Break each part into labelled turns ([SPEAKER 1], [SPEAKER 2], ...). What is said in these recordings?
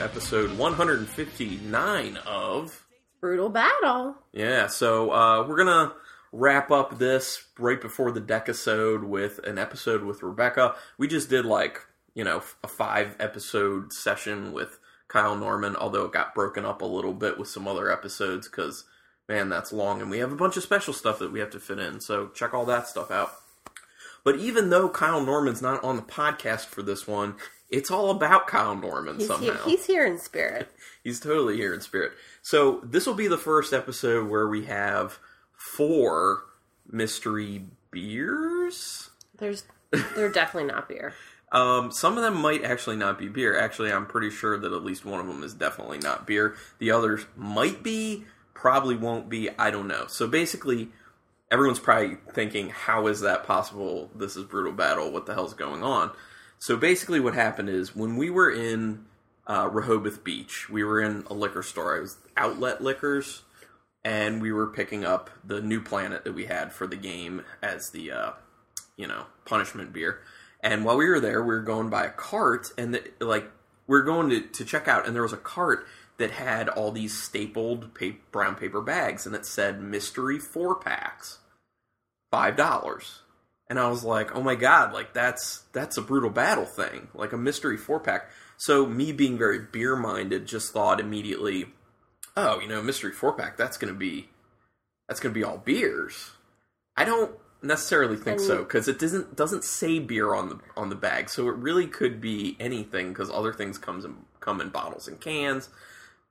[SPEAKER 1] episode 159 of.
[SPEAKER 2] Brutal battle.
[SPEAKER 1] Yeah, so uh, we're gonna wrap up this right before the decasode with an episode with Rebecca. We just did like you know a five episode session with Kyle Norman, although it got broken up a little bit with some other episodes because man, that's long, and we have a bunch of special stuff that we have to fit in. So check all that stuff out. But even though Kyle Norman's not on the podcast for this one, it's all about Kyle Norman
[SPEAKER 2] He's
[SPEAKER 1] somehow.
[SPEAKER 2] here, he's here in spirit.
[SPEAKER 1] He's totally here in spirit. So this will be the first episode where we have four mystery beers.
[SPEAKER 2] There's they're definitely not beer.
[SPEAKER 1] Um, some of them might actually not be beer. Actually, I'm pretty sure that at least one of them is definitely not beer. The others might be, probably won't be. I don't know. So basically, everyone's probably thinking, how is that possible? This is brutal battle. What the hell's going on? So basically, what happened is when we were in uh, Rehoboth Beach, we were in a liquor store. It was Outlet Liquors, and we were picking up the new planet that we had for the game as the uh, you know, punishment beer. And while we were there, we were going by a cart, and the, like we were going to, to check out, and there was a cart that had all these stapled pa- brown paper bags, and it said mystery four packs, five dollars. And I was like, oh my god, like that's that's a brutal battle thing, like a mystery four pack. So me being very beer minded, just thought immediately, oh, you know, mystery four pack, that's gonna be that's gonna be all beers. I don't necessarily think so because it doesn't doesn't say beer on the on the bag, so it really could be anything because other things comes in, come in bottles and cans.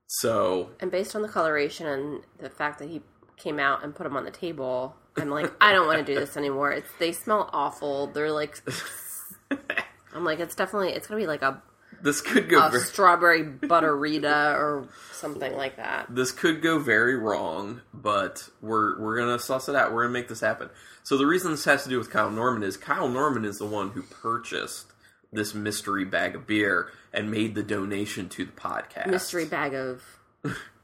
[SPEAKER 1] So
[SPEAKER 2] And based on the coloration and the fact that he came out and put them on the table, I'm like, I don't want to do this anymore. It's they smell awful. They're like, I'm like, it's definitely it's gonna be like a,
[SPEAKER 1] this could go
[SPEAKER 2] a
[SPEAKER 1] very,
[SPEAKER 2] strawberry butterita or something like that.
[SPEAKER 1] this could go very wrong, but we're we're gonna suss it out. We're gonna make this happen. So the reason this has to do with Kyle Norman is Kyle Norman is the one who purchased this mystery bag of beer and made the donation to the podcast.
[SPEAKER 2] Mystery bag of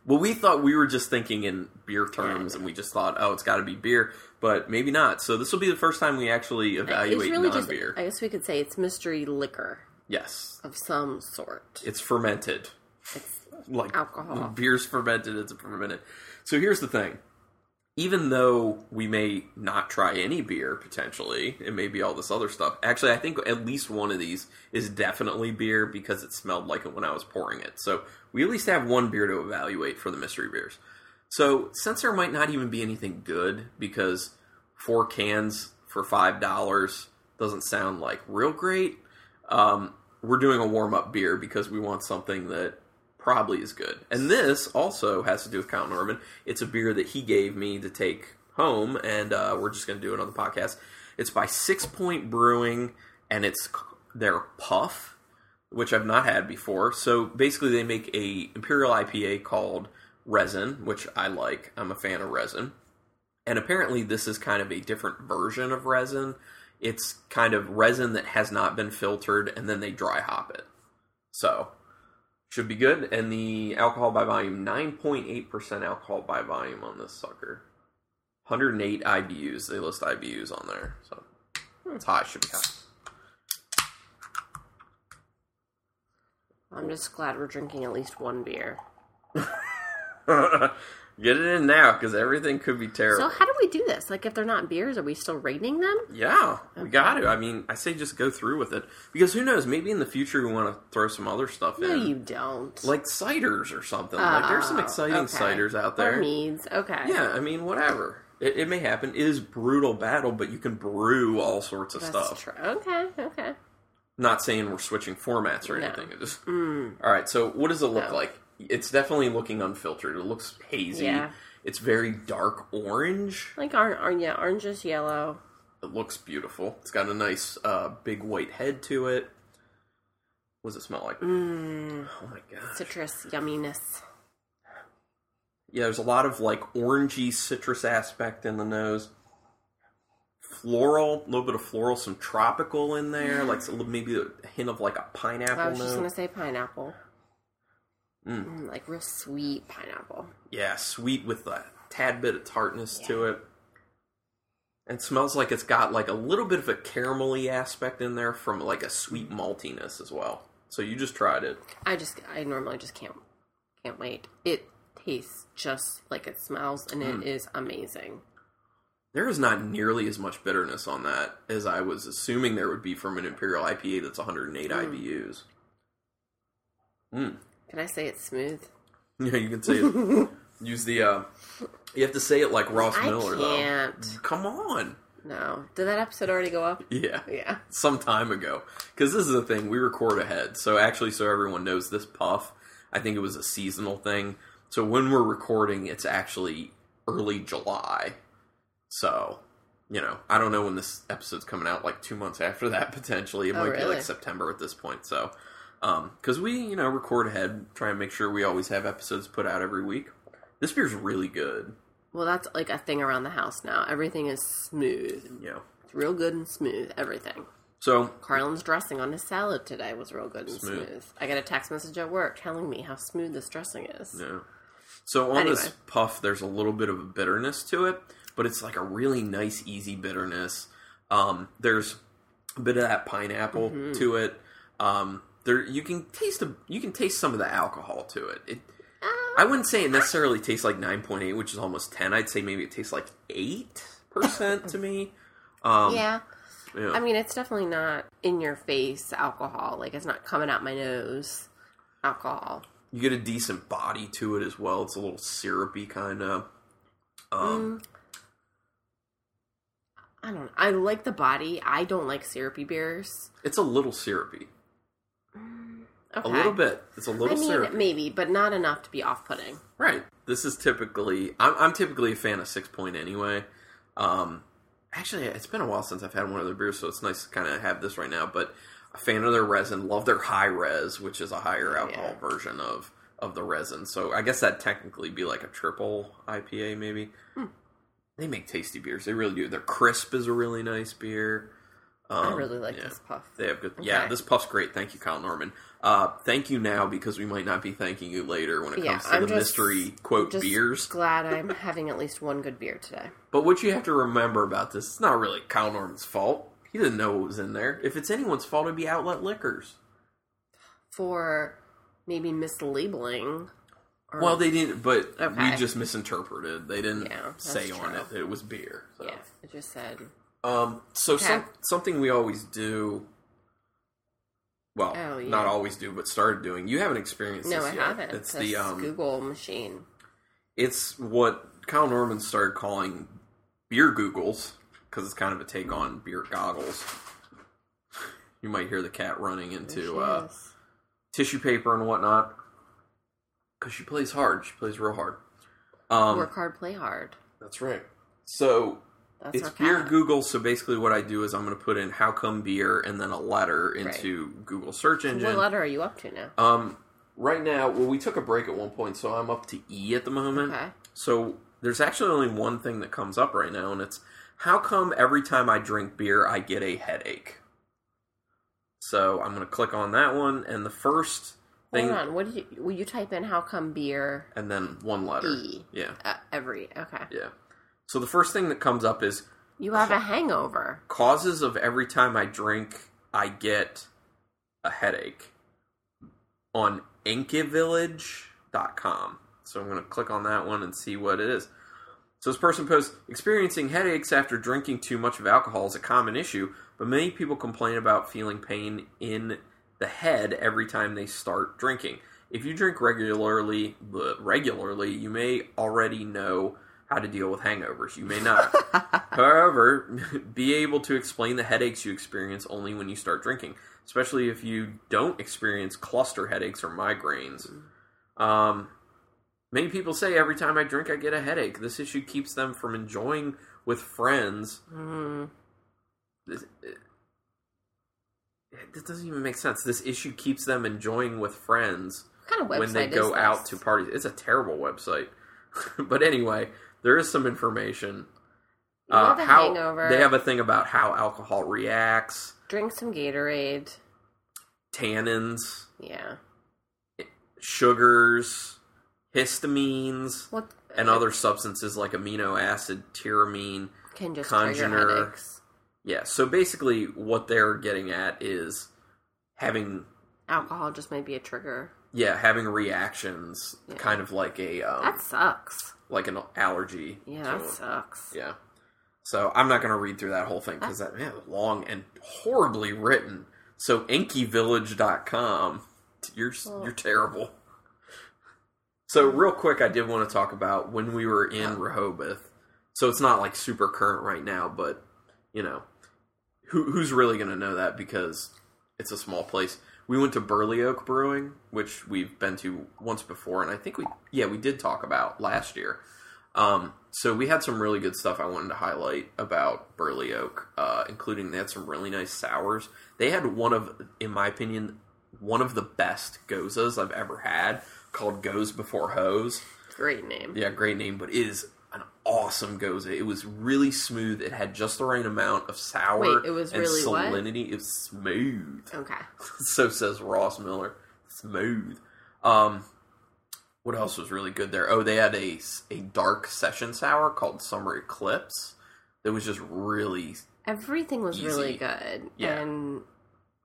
[SPEAKER 1] Well, we thought we were just thinking in beer terms, and we just thought, oh, it's got to be beer, but maybe not. So this will be the first time we actually evaluate non-beer.
[SPEAKER 2] I guess we could say it's mystery liquor
[SPEAKER 1] yes,
[SPEAKER 2] of some sort.
[SPEAKER 1] it's fermented,
[SPEAKER 2] It's
[SPEAKER 1] like
[SPEAKER 2] alcohol.
[SPEAKER 1] Beer's fermented; it's fermented. So here's the thing: even though we may not try any beer potentially, it may be all this other stuff. Actually, I think at least one of these is definitely beer because it smelled like it when I was pouring it. So we at least have one beer to evaluate for the mystery beers. So since there might not even be anything good because four cans for five dollars doesn't sound like real great. Um, we're doing a warm up beer because we want something that probably is good. And this also has to do with Count Norman. It's a beer that he gave me to take home, and uh, we're just going to do it on the podcast. It's by Six Point Brewing, and it's c- their Puff, which I've not had before. So basically, they make a imperial IPA called Resin, which I like. I'm a fan of Resin and apparently this is kind of a different version of resin. It's kind of resin that has not been filtered, and then they dry hop it. So should be good. And the alcohol by volume, nine point eight percent alcohol by volume on this sucker. Hundred and eight IBUs. They list IBUs on there, so it's hot. Should be hot.
[SPEAKER 2] I'm just glad we're drinking at least one beer.
[SPEAKER 1] Get it in now, because everything could be
[SPEAKER 2] So
[SPEAKER 1] terrible.
[SPEAKER 2] how do we do this? Like if they're not beers, are we still rating them?
[SPEAKER 1] Yeah, we got to. I mean, I say just go through with it because who knows? Maybe in the future we want to throw some other stuff
[SPEAKER 2] No,
[SPEAKER 1] in.
[SPEAKER 2] you don't.
[SPEAKER 1] like ciders or something. like there's some
[SPEAKER 2] Oh,
[SPEAKER 1] exciting
[SPEAKER 2] okay.
[SPEAKER 1] ciders out there.
[SPEAKER 2] Or meads. Okay.
[SPEAKER 1] Yeah, I mean whatever. It, it may happen. It is brutal battle, but you can brew all sorts of
[SPEAKER 2] That's
[SPEAKER 1] stuff.
[SPEAKER 2] true. Okay. Okay.
[SPEAKER 1] Not saying we're switching formats or
[SPEAKER 2] No. Mm.
[SPEAKER 1] anything. It just all right. So what does it look
[SPEAKER 2] No.
[SPEAKER 1] like? It's definitely looking unfiltered. It looks hazy.
[SPEAKER 2] Yeah.
[SPEAKER 1] It's very dark orange.
[SPEAKER 2] Like our, our yeah, orange is yellow.
[SPEAKER 1] It looks beautiful. It's got a nice uh, big white head to it. What does it smell like?
[SPEAKER 2] Mm.
[SPEAKER 1] Oh my god.
[SPEAKER 2] Citrus yumminess.
[SPEAKER 1] Yeah, there's a lot of like orangey citrus aspect in the nose. Floral, a little bit of floral, some tropical in there, like so maybe a hint of like a
[SPEAKER 2] Oh, I
[SPEAKER 1] pineapple
[SPEAKER 2] was just gonna
[SPEAKER 1] note.
[SPEAKER 2] say pineapple. Mm, like real sweet pineapple.
[SPEAKER 1] Yeah, sweet with a tad bit of tartness to it. And smells like it's got like a little bit of a caramelly aspect in there from like a sweet maltiness as well. So you just tried it.
[SPEAKER 2] I just I normally just can't can't wait. It tastes just like it smells and
[SPEAKER 1] Mm.
[SPEAKER 2] it is amazing.
[SPEAKER 1] There is not nearly as much bitterness on that as I was assuming there would be from an Imperial IPA that's 108
[SPEAKER 2] Hmm.
[SPEAKER 1] IBUs.
[SPEAKER 2] Can I say it's smooth?
[SPEAKER 1] Yeah, you can say it. Use the. uh You have to say it like Ross
[SPEAKER 2] I
[SPEAKER 1] Miller,
[SPEAKER 2] can't.
[SPEAKER 1] though. Come on.
[SPEAKER 2] No. Did that episode already go up?
[SPEAKER 1] Yeah.
[SPEAKER 2] Yeah.
[SPEAKER 1] Some time ago. Because this is the thing, we record ahead. So actually, so everyone knows this puff, I think it was a seasonal thing. So when we're recording, it's actually early July. So, you know, I don't know when this episode's coming out, like two months after that, potentially. It
[SPEAKER 2] Oh,
[SPEAKER 1] might be
[SPEAKER 2] really?
[SPEAKER 1] like September at this point. So, because we, you know, record ahead, try and make sure we always have episodes put out every week. This beer's really good.
[SPEAKER 2] Well, that's like a thing around the house now. Everything is smooth.
[SPEAKER 1] Yeah.
[SPEAKER 2] It's real good and smooth. Everything.
[SPEAKER 1] So,
[SPEAKER 2] Carlin's dressing on his salad today was real good and
[SPEAKER 1] Smooth.
[SPEAKER 2] smooth. I got a text message at work telling me how smooth this dressing is.
[SPEAKER 1] Yeah. So on this
[SPEAKER 2] Anyway.
[SPEAKER 1] puff, there's a little bit of a bitterness to it, but it's like a really nice, easy bitterness. Um, there's a bit of that pineapple
[SPEAKER 2] Mm-hmm.
[SPEAKER 1] to it. Um, there you can taste a, you can taste some of the alcohol to it. it I wouldn't say it necessarily tastes like 9.8, which is almost 10. I'd say maybe it tastes like 8% to me. Um,
[SPEAKER 2] Yeah.
[SPEAKER 1] yeah.
[SPEAKER 2] I mean, it's definitely not in your face alcohol. Like, it's not coming out my nose alcohol.
[SPEAKER 1] you get a decent body to it as well. It's a little syrupy kind of.
[SPEAKER 2] Mm.
[SPEAKER 1] Um,
[SPEAKER 2] I don't I like the body. I don't like syrupy beers.
[SPEAKER 1] It's a little syrupy. A
[SPEAKER 2] Okay.
[SPEAKER 1] little bit. It's a little
[SPEAKER 2] I mean,
[SPEAKER 1] syrupy.
[SPEAKER 2] maybe, but not enough to be off putting.
[SPEAKER 1] Right. This is typically I'm, I'm typically a fan of six point anyway. Um, actually, it's been a while since I've had one of their beers, so it's nice to kind of have this right now. But a fan of their resin, love their high res, which is a higher alcohol
[SPEAKER 2] Yeah.
[SPEAKER 1] version of of the resin. So I guess that technically be like a triple IPA, maybe.
[SPEAKER 2] Hmm.
[SPEAKER 1] They make tasty beers. They really do. Their crisp is a really nice beer. Um,
[SPEAKER 2] I really like
[SPEAKER 1] yeah.
[SPEAKER 2] this puff.
[SPEAKER 1] They have good. Yeah,
[SPEAKER 2] Okay.
[SPEAKER 1] this puff's great. Thank you, Kyle Norman. Uh, thank you now because we might not be thanking you later when it
[SPEAKER 2] Yeah,
[SPEAKER 1] comes to
[SPEAKER 2] I'm
[SPEAKER 1] the
[SPEAKER 2] just-
[SPEAKER 1] mystery quote
[SPEAKER 2] Just
[SPEAKER 1] beers.
[SPEAKER 2] glad I'm having at least one good beer today.
[SPEAKER 1] But what you have to remember about this, it's not really Kyle Norman's fault. He didn't know what was in there. If it's anyone's fault, it'd be Outlet Liquors.
[SPEAKER 2] For maybe mislabeling. Or,
[SPEAKER 1] Well, they didn't, but we
[SPEAKER 2] Okay.
[SPEAKER 1] just misinterpreted. They didn't
[SPEAKER 2] Yeah, that's
[SPEAKER 1] say on
[SPEAKER 2] true.
[SPEAKER 1] it that it was beer. So.
[SPEAKER 2] yeah, it just said.
[SPEAKER 1] Um, so some,
[SPEAKER 2] Okay.
[SPEAKER 1] something we always do. Well,
[SPEAKER 2] Oh, yeah.
[SPEAKER 1] not always do, but started doing. You haven't experienced
[SPEAKER 2] No,
[SPEAKER 1] this
[SPEAKER 2] I
[SPEAKER 1] yet.
[SPEAKER 2] haven't.
[SPEAKER 1] It's
[SPEAKER 2] This
[SPEAKER 1] the um,
[SPEAKER 2] Google machine.
[SPEAKER 1] it's what Kyle Norman started calling beer googles because it's kind of a take on beer goggles. You might hear the cat running into uh,
[SPEAKER 2] Yes.
[SPEAKER 1] tissue paper and whatnot because she plays hard. She plays real hard. Um,
[SPEAKER 2] Work hard, play hard.
[SPEAKER 1] That's right. So
[SPEAKER 2] That's
[SPEAKER 1] it's
[SPEAKER 2] our
[SPEAKER 1] beer
[SPEAKER 2] cat.
[SPEAKER 1] Google. So basically, what I do is I'm going to put in "how come beer" and then a letter into Google search engine.
[SPEAKER 2] What letter are you up to now?
[SPEAKER 1] Um, right now, well, we took a break at one point, so I'm up to E at the moment.
[SPEAKER 2] Okay.
[SPEAKER 1] So there's actually only one thing that comes up right now, and it's how come every time I drink beer, I get a headache? So I'm going to click on that one, and the first thing,
[SPEAKER 2] Hold on. What did you? Will you type in how come beer
[SPEAKER 1] and then one letter.
[SPEAKER 2] E.
[SPEAKER 1] Yeah,
[SPEAKER 2] uh, every? Okay.
[SPEAKER 1] yeah. So the first thing that comes up is
[SPEAKER 2] You have a hangover.
[SPEAKER 1] causes of every time I drink, I get a headache on inkivillage.com. So I'm going to click on that one and see what it is. So this person posts experiencing headaches after drinking too much of alcohol is a common issue, but many people complain about feeling pain in the head every time they start drinking. If you drink regularly, bleh, regularly, you may already know how to deal with hangovers. You may not. However, be able to explain the headaches you experience only when you start drinking, especially if you don't experience cluster headaches or migraines. Um, Many people say every time I drink, I get a headache. This issue keeps them from enjoying with friends.
[SPEAKER 2] Mm,
[SPEAKER 1] This, it, this doesn't even make sense. This issue keeps them enjoying with friends
[SPEAKER 2] what kind of website
[SPEAKER 1] when they
[SPEAKER 2] is
[SPEAKER 1] go
[SPEAKER 2] this?
[SPEAKER 1] out to parties. It's a terrible website. but anyway, there is some information.
[SPEAKER 2] You have a
[SPEAKER 1] Uh, how
[SPEAKER 2] hangover.
[SPEAKER 1] they have a thing about how alcohol reacts,
[SPEAKER 2] drink some Gatorade.
[SPEAKER 1] tannins,
[SPEAKER 2] Yeah.
[SPEAKER 1] sugars, histamines,
[SPEAKER 2] What
[SPEAKER 1] and other substances like amino acid, tyramine,
[SPEAKER 2] can just
[SPEAKER 1] congener.
[SPEAKER 2] trigger headaches?
[SPEAKER 1] Yeah, so basically what they're getting at is having
[SPEAKER 2] alcohol just might be a trigger.
[SPEAKER 1] yeah, having reactions, kind of like a um,
[SPEAKER 2] That sucks.
[SPEAKER 1] like an allergy.
[SPEAKER 2] Yeah,
[SPEAKER 1] to
[SPEAKER 2] that
[SPEAKER 1] it.
[SPEAKER 2] sucks.
[SPEAKER 1] yeah. So I'm not going to read through that whole thing because that man was long and horribly written. So inkyvillage.com, you're s- you're terrible. So real quick, I did want to talk about when we were in Rehoboth. So it's not like super current right now, but you know, who who's really going to know that because it's a small place. We went to Burley Oak Brewing, which we've been to once before, and I think we yeah we did talk about last year. Um, so we had some really good stuff I wanted to highlight about Burley Oak, uh, including they had some really nice sours. They had one of, in my opinion, one of the best gozas I've ever had, called Goes Before Hose.
[SPEAKER 2] Great name.
[SPEAKER 1] Yeah, great name, but it is an awesome goza. It was really smooth. It had just the right amount of sour
[SPEAKER 2] Wait, it was
[SPEAKER 1] and
[SPEAKER 2] really what?
[SPEAKER 1] salinity. It was smooth
[SPEAKER 2] Okay.
[SPEAKER 1] so says Ross Miller. Smooth. Um, what else was really good there? Oh, they had a, a dark session sour called Summer Eclipse that was just really.
[SPEAKER 2] Everything was
[SPEAKER 1] Easy.
[SPEAKER 2] really good.
[SPEAKER 1] Yeah.
[SPEAKER 2] And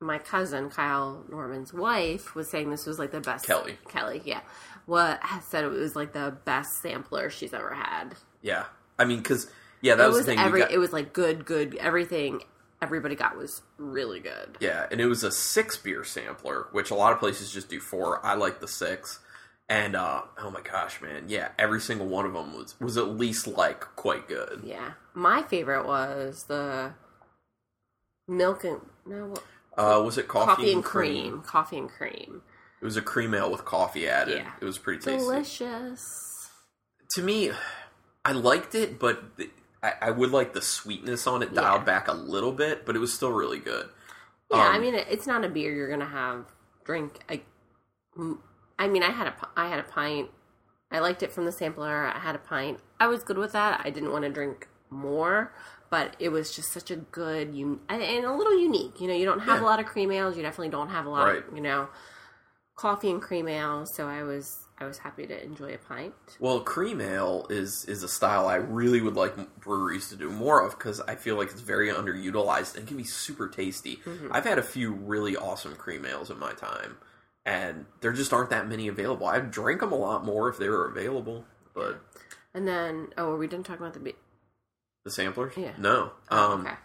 [SPEAKER 2] my cousin, Kyle Norman's wife, was saying this was like the best.
[SPEAKER 1] Kelly.
[SPEAKER 2] Kelly, yeah. What has said it was like the best sampler she's ever had.
[SPEAKER 1] Yeah. I mean, because, yeah, that
[SPEAKER 2] it
[SPEAKER 1] was,
[SPEAKER 2] was,
[SPEAKER 1] the thing. you
[SPEAKER 2] every
[SPEAKER 1] got-
[SPEAKER 2] it was like good, good everything everybody got was really good.
[SPEAKER 1] Yeah, and it was a six beer sampler, which a lot of places just do four. I like the six. And, uh, oh my gosh, man. Yeah, every single one of them was, was at least, like, quite good.
[SPEAKER 2] Yeah. My favorite was the milk and no what-
[SPEAKER 1] Uh, was it coffee,
[SPEAKER 2] coffee and cream. Coffee and cream.
[SPEAKER 1] It was a cream ale with coffee added.
[SPEAKER 2] Yeah.
[SPEAKER 1] It was pretty tasty.
[SPEAKER 2] Delicious.
[SPEAKER 1] to me, I liked it, but th- I, I would like the sweetness on it dialed
[SPEAKER 2] Yeah.
[SPEAKER 1] back a little bit, but it was still really good.
[SPEAKER 2] Yeah, I
[SPEAKER 1] Um,
[SPEAKER 2] mean it- it's not a beer you're gonna have drink. I, I mean I had a pi- I had a pint. I liked it from the sampler. I had a pint. I was good with that. I didn't want to drink more, but it was just such a good un- and- and a little unique. You know, you don't have
[SPEAKER 1] Yeah.
[SPEAKER 2] a lot of cream ales. You definitely don't have a lot
[SPEAKER 1] Right.
[SPEAKER 2] of you know coffee and cream ale. So I was I was happy to enjoy a pint.
[SPEAKER 1] Well, cream ale is is a style I really would like breweries to do more of because I feel like it's very underutilized and can be super tasty.
[SPEAKER 2] Mm-hmm.
[SPEAKER 1] I've had a few really awesome cream ales in my time, and there just aren't that many available. I'd drink them a lot more if they were available, but
[SPEAKER 2] And then oh, were we done talking about the beer?
[SPEAKER 1] the samplers,
[SPEAKER 2] Yeah. Oh,
[SPEAKER 1] no. Um,
[SPEAKER 2] okay.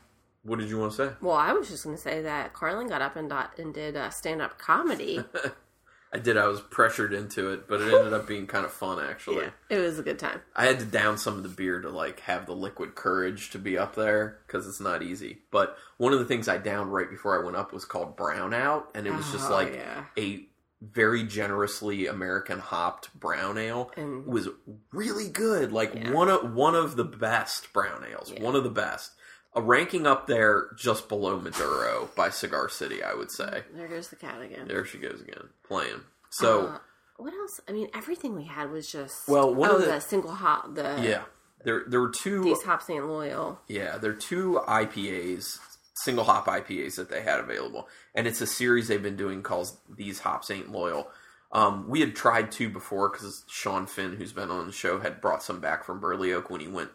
[SPEAKER 1] What did you want to say?
[SPEAKER 2] Well, I was just going to say that Carlin got up and dot, and did uh, stand up comedy.
[SPEAKER 1] I did. I was pressured into it, but it ended up being kind of fun actually.
[SPEAKER 2] Yeah, it was a good time.
[SPEAKER 1] I had to down some of the beer to like have the liquid courage to be up there because it's not easy. But one of the things I downed right before I went up was called brownout, and it was just
[SPEAKER 2] Oh,
[SPEAKER 1] like
[SPEAKER 2] yeah.
[SPEAKER 1] a very generously American hopped brown ale.
[SPEAKER 2] And-
[SPEAKER 1] It was really good, like
[SPEAKER 2] Yeah.
[SPEAKER 1] one of one of the best brown ales,
[SPEAKER 2] Yeah.
[SPEAKER 1] one of the best. A ranking up there just below Maduro by Cigar City, I would say.
[SPEAKER 2] There goes the cat again.
[SPEAKER 1] There she goes again, playing. So
[SPEAKER 2] Uh, what else? I mean, everything we had was just
[SPEAKER 1] Well, one
[SPEAKER 2] oh,
[SPEAKER 1] of the-
[SPEAKER 2] single hop the
[SPEAKER 1] yeah, there there were two
[SPEAKER 2] these hops ain't loyal.
[SPEAKER 1] Yeah, there are two IPAs, single hop IPAs that they had available, and it's a series they've been doing called "These Hops Ain't Loyal." Um, we had tried two before because Sean Finn, who's been on the show, had brought some back from Burley Oak when he went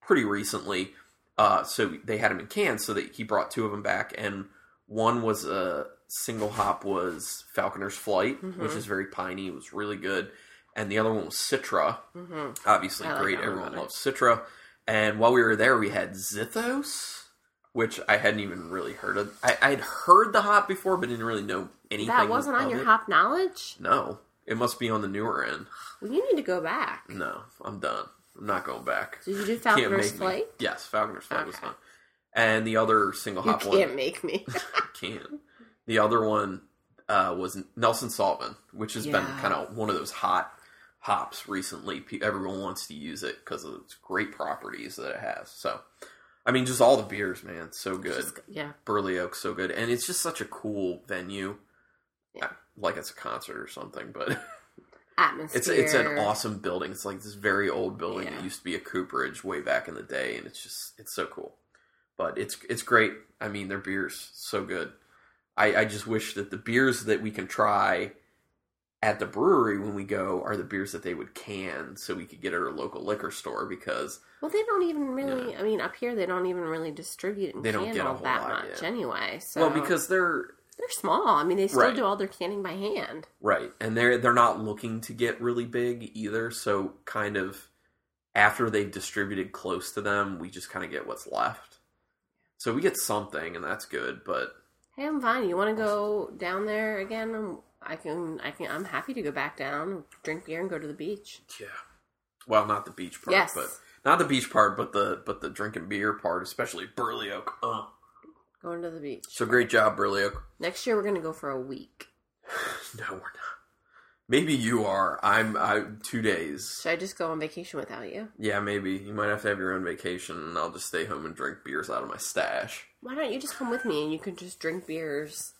[SPEAKER 1] pretty recently. Uh, so they had them in cans, so that he brought two of them back, and one was a single hop was Falconer's Flight, which is very piney. It was really good, and the other one was Citra,
[SPEAKER 2] Mm-hmm.
[SPEAKER 1] obviously
[SPEAKER 2] I like
[SPEAKER 1] great.
[SPEAKER 2] that one
[SPEAKER 1] Everyone
[SPEAKER 2] better.
[SPEAKER 1] loves Citra. And while we were there, we had Zithos, which I hadn't even really heard of. I, I'd heard the hop before, but didn't really know anything.
[SPEAKER 2] That wasn't on
[SPEAKER 1] of
[SPEAKER 2] your
[SPEAKER 1] it.
[SPEAKER 2] hop knowledge.
[SPEAKER 1] No, it must be on the newer end.
[SPEAKER 2] Well, you need to go back.
[SPEAKER 1] No, I'm done. I'm not going back.
[SPEAKER 2] Did you do
[SPEAKER 1] Mm. Can't
[SPEAKER 2] Falconer's
[SPEAKER 1] make me-
[SPEAKER 2] Flight?
[SPEAKER 1] Yes, Falconer's Flight was
[SPEAKER 2] Okay.
[SPEAKER 1] fun. And the other single
[SPEAKER 2] You
[SPEAKER 1] hop one,
[SPEAKER 2] can't make me.
[SPEAKER 1] can. The other one uh, was Nelson Sullivan, which has been
[SPEAKER 2] Yeah.
[SPEAKER 1] kind of one of those hot hops recently. Pe- Everyone wants to use it because of its great properties that it has. So, I mean, just all the beers, man, so good.
[SPEAKER 2] Just- yeah,
[SPEAKER 1] Burley Oak's so good, and it's just such a cool venue.
[SPEAKER 2] Yeah.
[SPEAKER 1] Uh, Like it's a concert or something, but
[SPEAKER 2] atmosphere.
[SPEAKER 1] it's it's an awesome building. It's like this very old building
[SPEAKER 2] Yeah.
[SPEAKER 1] that used to be a cooperage way back in the day, and it's just it's so cool. But it's it's great. I mean, their beers so good. I, I just wish that the beers that we can try at the brewery when we go are the beers that they would can, so we could get at our local liquor store because
[SPEAKER 2] Well, they don't even really. I mean, up here they don't even really distribute and
[SPEAKER 1] They don't
[SPEAKER 2] can
[SPEAKER 1] get a
[SPEAKER 2] all
[SPEAKER 1] whole
[SPEAKER 2] that
[SPEAKER 1] lot,
[SPEAKER 2] much
[SPEAKER 1] yeah.
[SPEAKER 2] anyway. So
[SPEAKER 1] well because they're
[SPEAKER 2] They're small. I mean, they still
[SPEAKER 1] Right.
[SPEAKER 2] do all their canning by hand.
[SPEAKER 1] Right. And they're they're not looking to get really big either, so kind of after they've distributed close to them, we just kind of get what's left. So we get something and that's good, but
[SPEAKER 2] Hey, I'm fine. You want to go down there again? I'm- I can. I can. I'm happy to go back down, drink beer, and go to the beach.
[SPEAKER 1] yeah. Well, not the beach part,
[SPEAKER 2] Yes.
[SPEAKER 1] but not the beach part, but the but the drinking beer part, especially Burley Oak. Uh,
[SPEAKER 2] Going to the beach.
[SPEAKER 1] so great job, Burley Oak.
[SPEAKER 2] Next year, we're gonna go for a week.
[SPEAKER 1] No, we're not. Maybe you are. I'm I two days.
[SPEAKER 2] Should I just go on vacation without you?
[SPEAKER 1] Yeah, maybe. You might have to have your own vacation and I'll just stay home and drink beers out of my stash
[SPEAKER 2] Why don't you just come with me and you can just drink beers?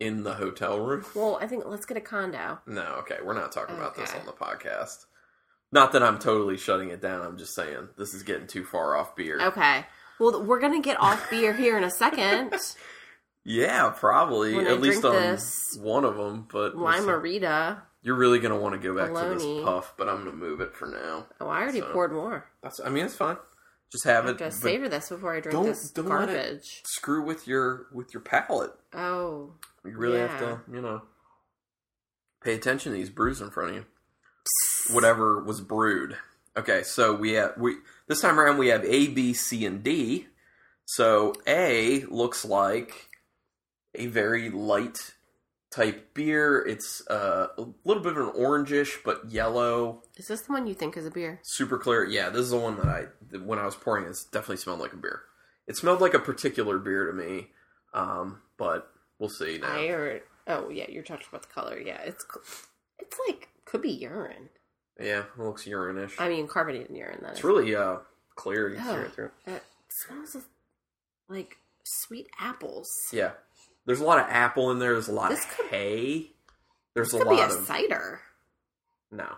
[SPEAKER 1] in the hotel room.
[SPEAKER 2] Well, I think let's get a condo.
[SPEAKER 1] No, okay, we're not talking about this
[SPEAKER 2] Okay.
[SPEAKER 1] on the podcast. Not that I'm totally shutting it down. I'm just saying this is getting too far off beer.
[SPEAKER 2] Okay. Well, th- we're gonna get off beer here in a second.
[SPEAKER 1] Yeah, probably
[SPEAKER 2] When I
[SPEAKER 1] at least
[SPEAKER 2] drink
[SPEAKER 1] on
[SPEAKER 2] this
[SPEAKER 1] one of them. But we'll see.
[SPEAKER 2] Limerita.
[SPEAKER 1] you're really gonna want to go back to
[SPEAKER 2] Baloney.
[SPEAKER 1] this puff, but I'm gonna move it for now.
[SPEAKER 2] Oh, I already
[SPEAKER 1] So-
[SPEAKER 2] poured more.
[SPEAKER 1] That's. I mean, it's fine. Just have
[SPEAKER 2] I'm
[SPEAKER 1] it.
[SPEAKER 2] gonna
[SPEAKER 1] But
[SPEAKER 2] savor this before I drink
[SPEAKER 1] don't-
[SPEAKER 2] this
[SPEAKER 1] don't let it-
[SPEAKER 2] garbage.
[SPEAKER 1] screw with your with your palate.
[SPEAKER 2] Oh,
[SPEAKER 1] You really have
[SPEAKER 2] Yeah.
[SPEAKER 1] to, you know, pay attention to these brews in front of you. Whatever was brewed. Okay, so we have we this time around we have A, B, C, and D. So A looks like a very light type beer. It's uh, a little bit of an orangish but yellow,
[SPEAKER 2] is this the one you think is a beer?
[SPEAKER 1] super clear. Yeah, this is the one that I that when I was pouring it, it definitely smelled like a beer. It smelled like a particular beer to me, um, but we'll see now.
[SPEAKER 2] I or oh yeah, you're talking about the color. Yeah, it's co- it's like could be urine.
[SPEAKER 1] Yeah, it looks urinish.
[SPEAKER 2] I mean, carbonated urine. That
[SPEAKER 1] it's
[SPEAKER 2] is.
[SPEAKER 1] really uh clear. You can see
[SPEAKER 2] Oh.
[SPEAKER 1] right through. it.
[SPEAKER 2] It smells of, like sweet apples.
[SPEAKER 1] Yeah, there's a lot of apple in there. There's a lot
[SPEAKER 2] This
[SPEAKER 1] of
[SPEAKER 2] could-
[SPEAKER 1] hay. There's a
[SPEAKER 2] Could be
[SPEAKER 1] lot
[SPEAKER 2] a
[SPEAKER 1] of
[SPEAKER 2] cider.
[SPEAKER 1] no,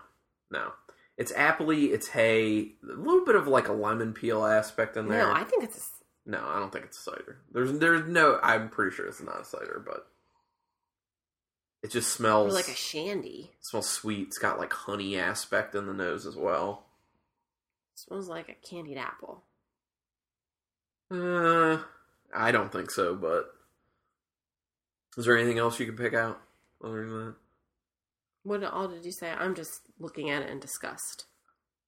[SPEAKER 1] no. It's appley. It's hay. A little bit of like a lemon peel aspect in there.
[SPEAKER 2] No, I think it's. a c-
[SPEAKER 1] No, I don't think it's cider. There's there's no. I'm pretty sure it's not cider, but it just
[SPEAKER 2] or
[SPEAKER 1] smells
[SPEAKER 2] like a shandy.
[SPEAKER 1] smells sweet. It's got like honey aspect in the nose as well.
[SPEAKER 2] smells like a candied apple.
[SPEAKER 1] Uh, I don't think so, but is there anything else you can pick out other than that?
[SPEAKER 2] What all did you say? I'm just looking at it in disgust.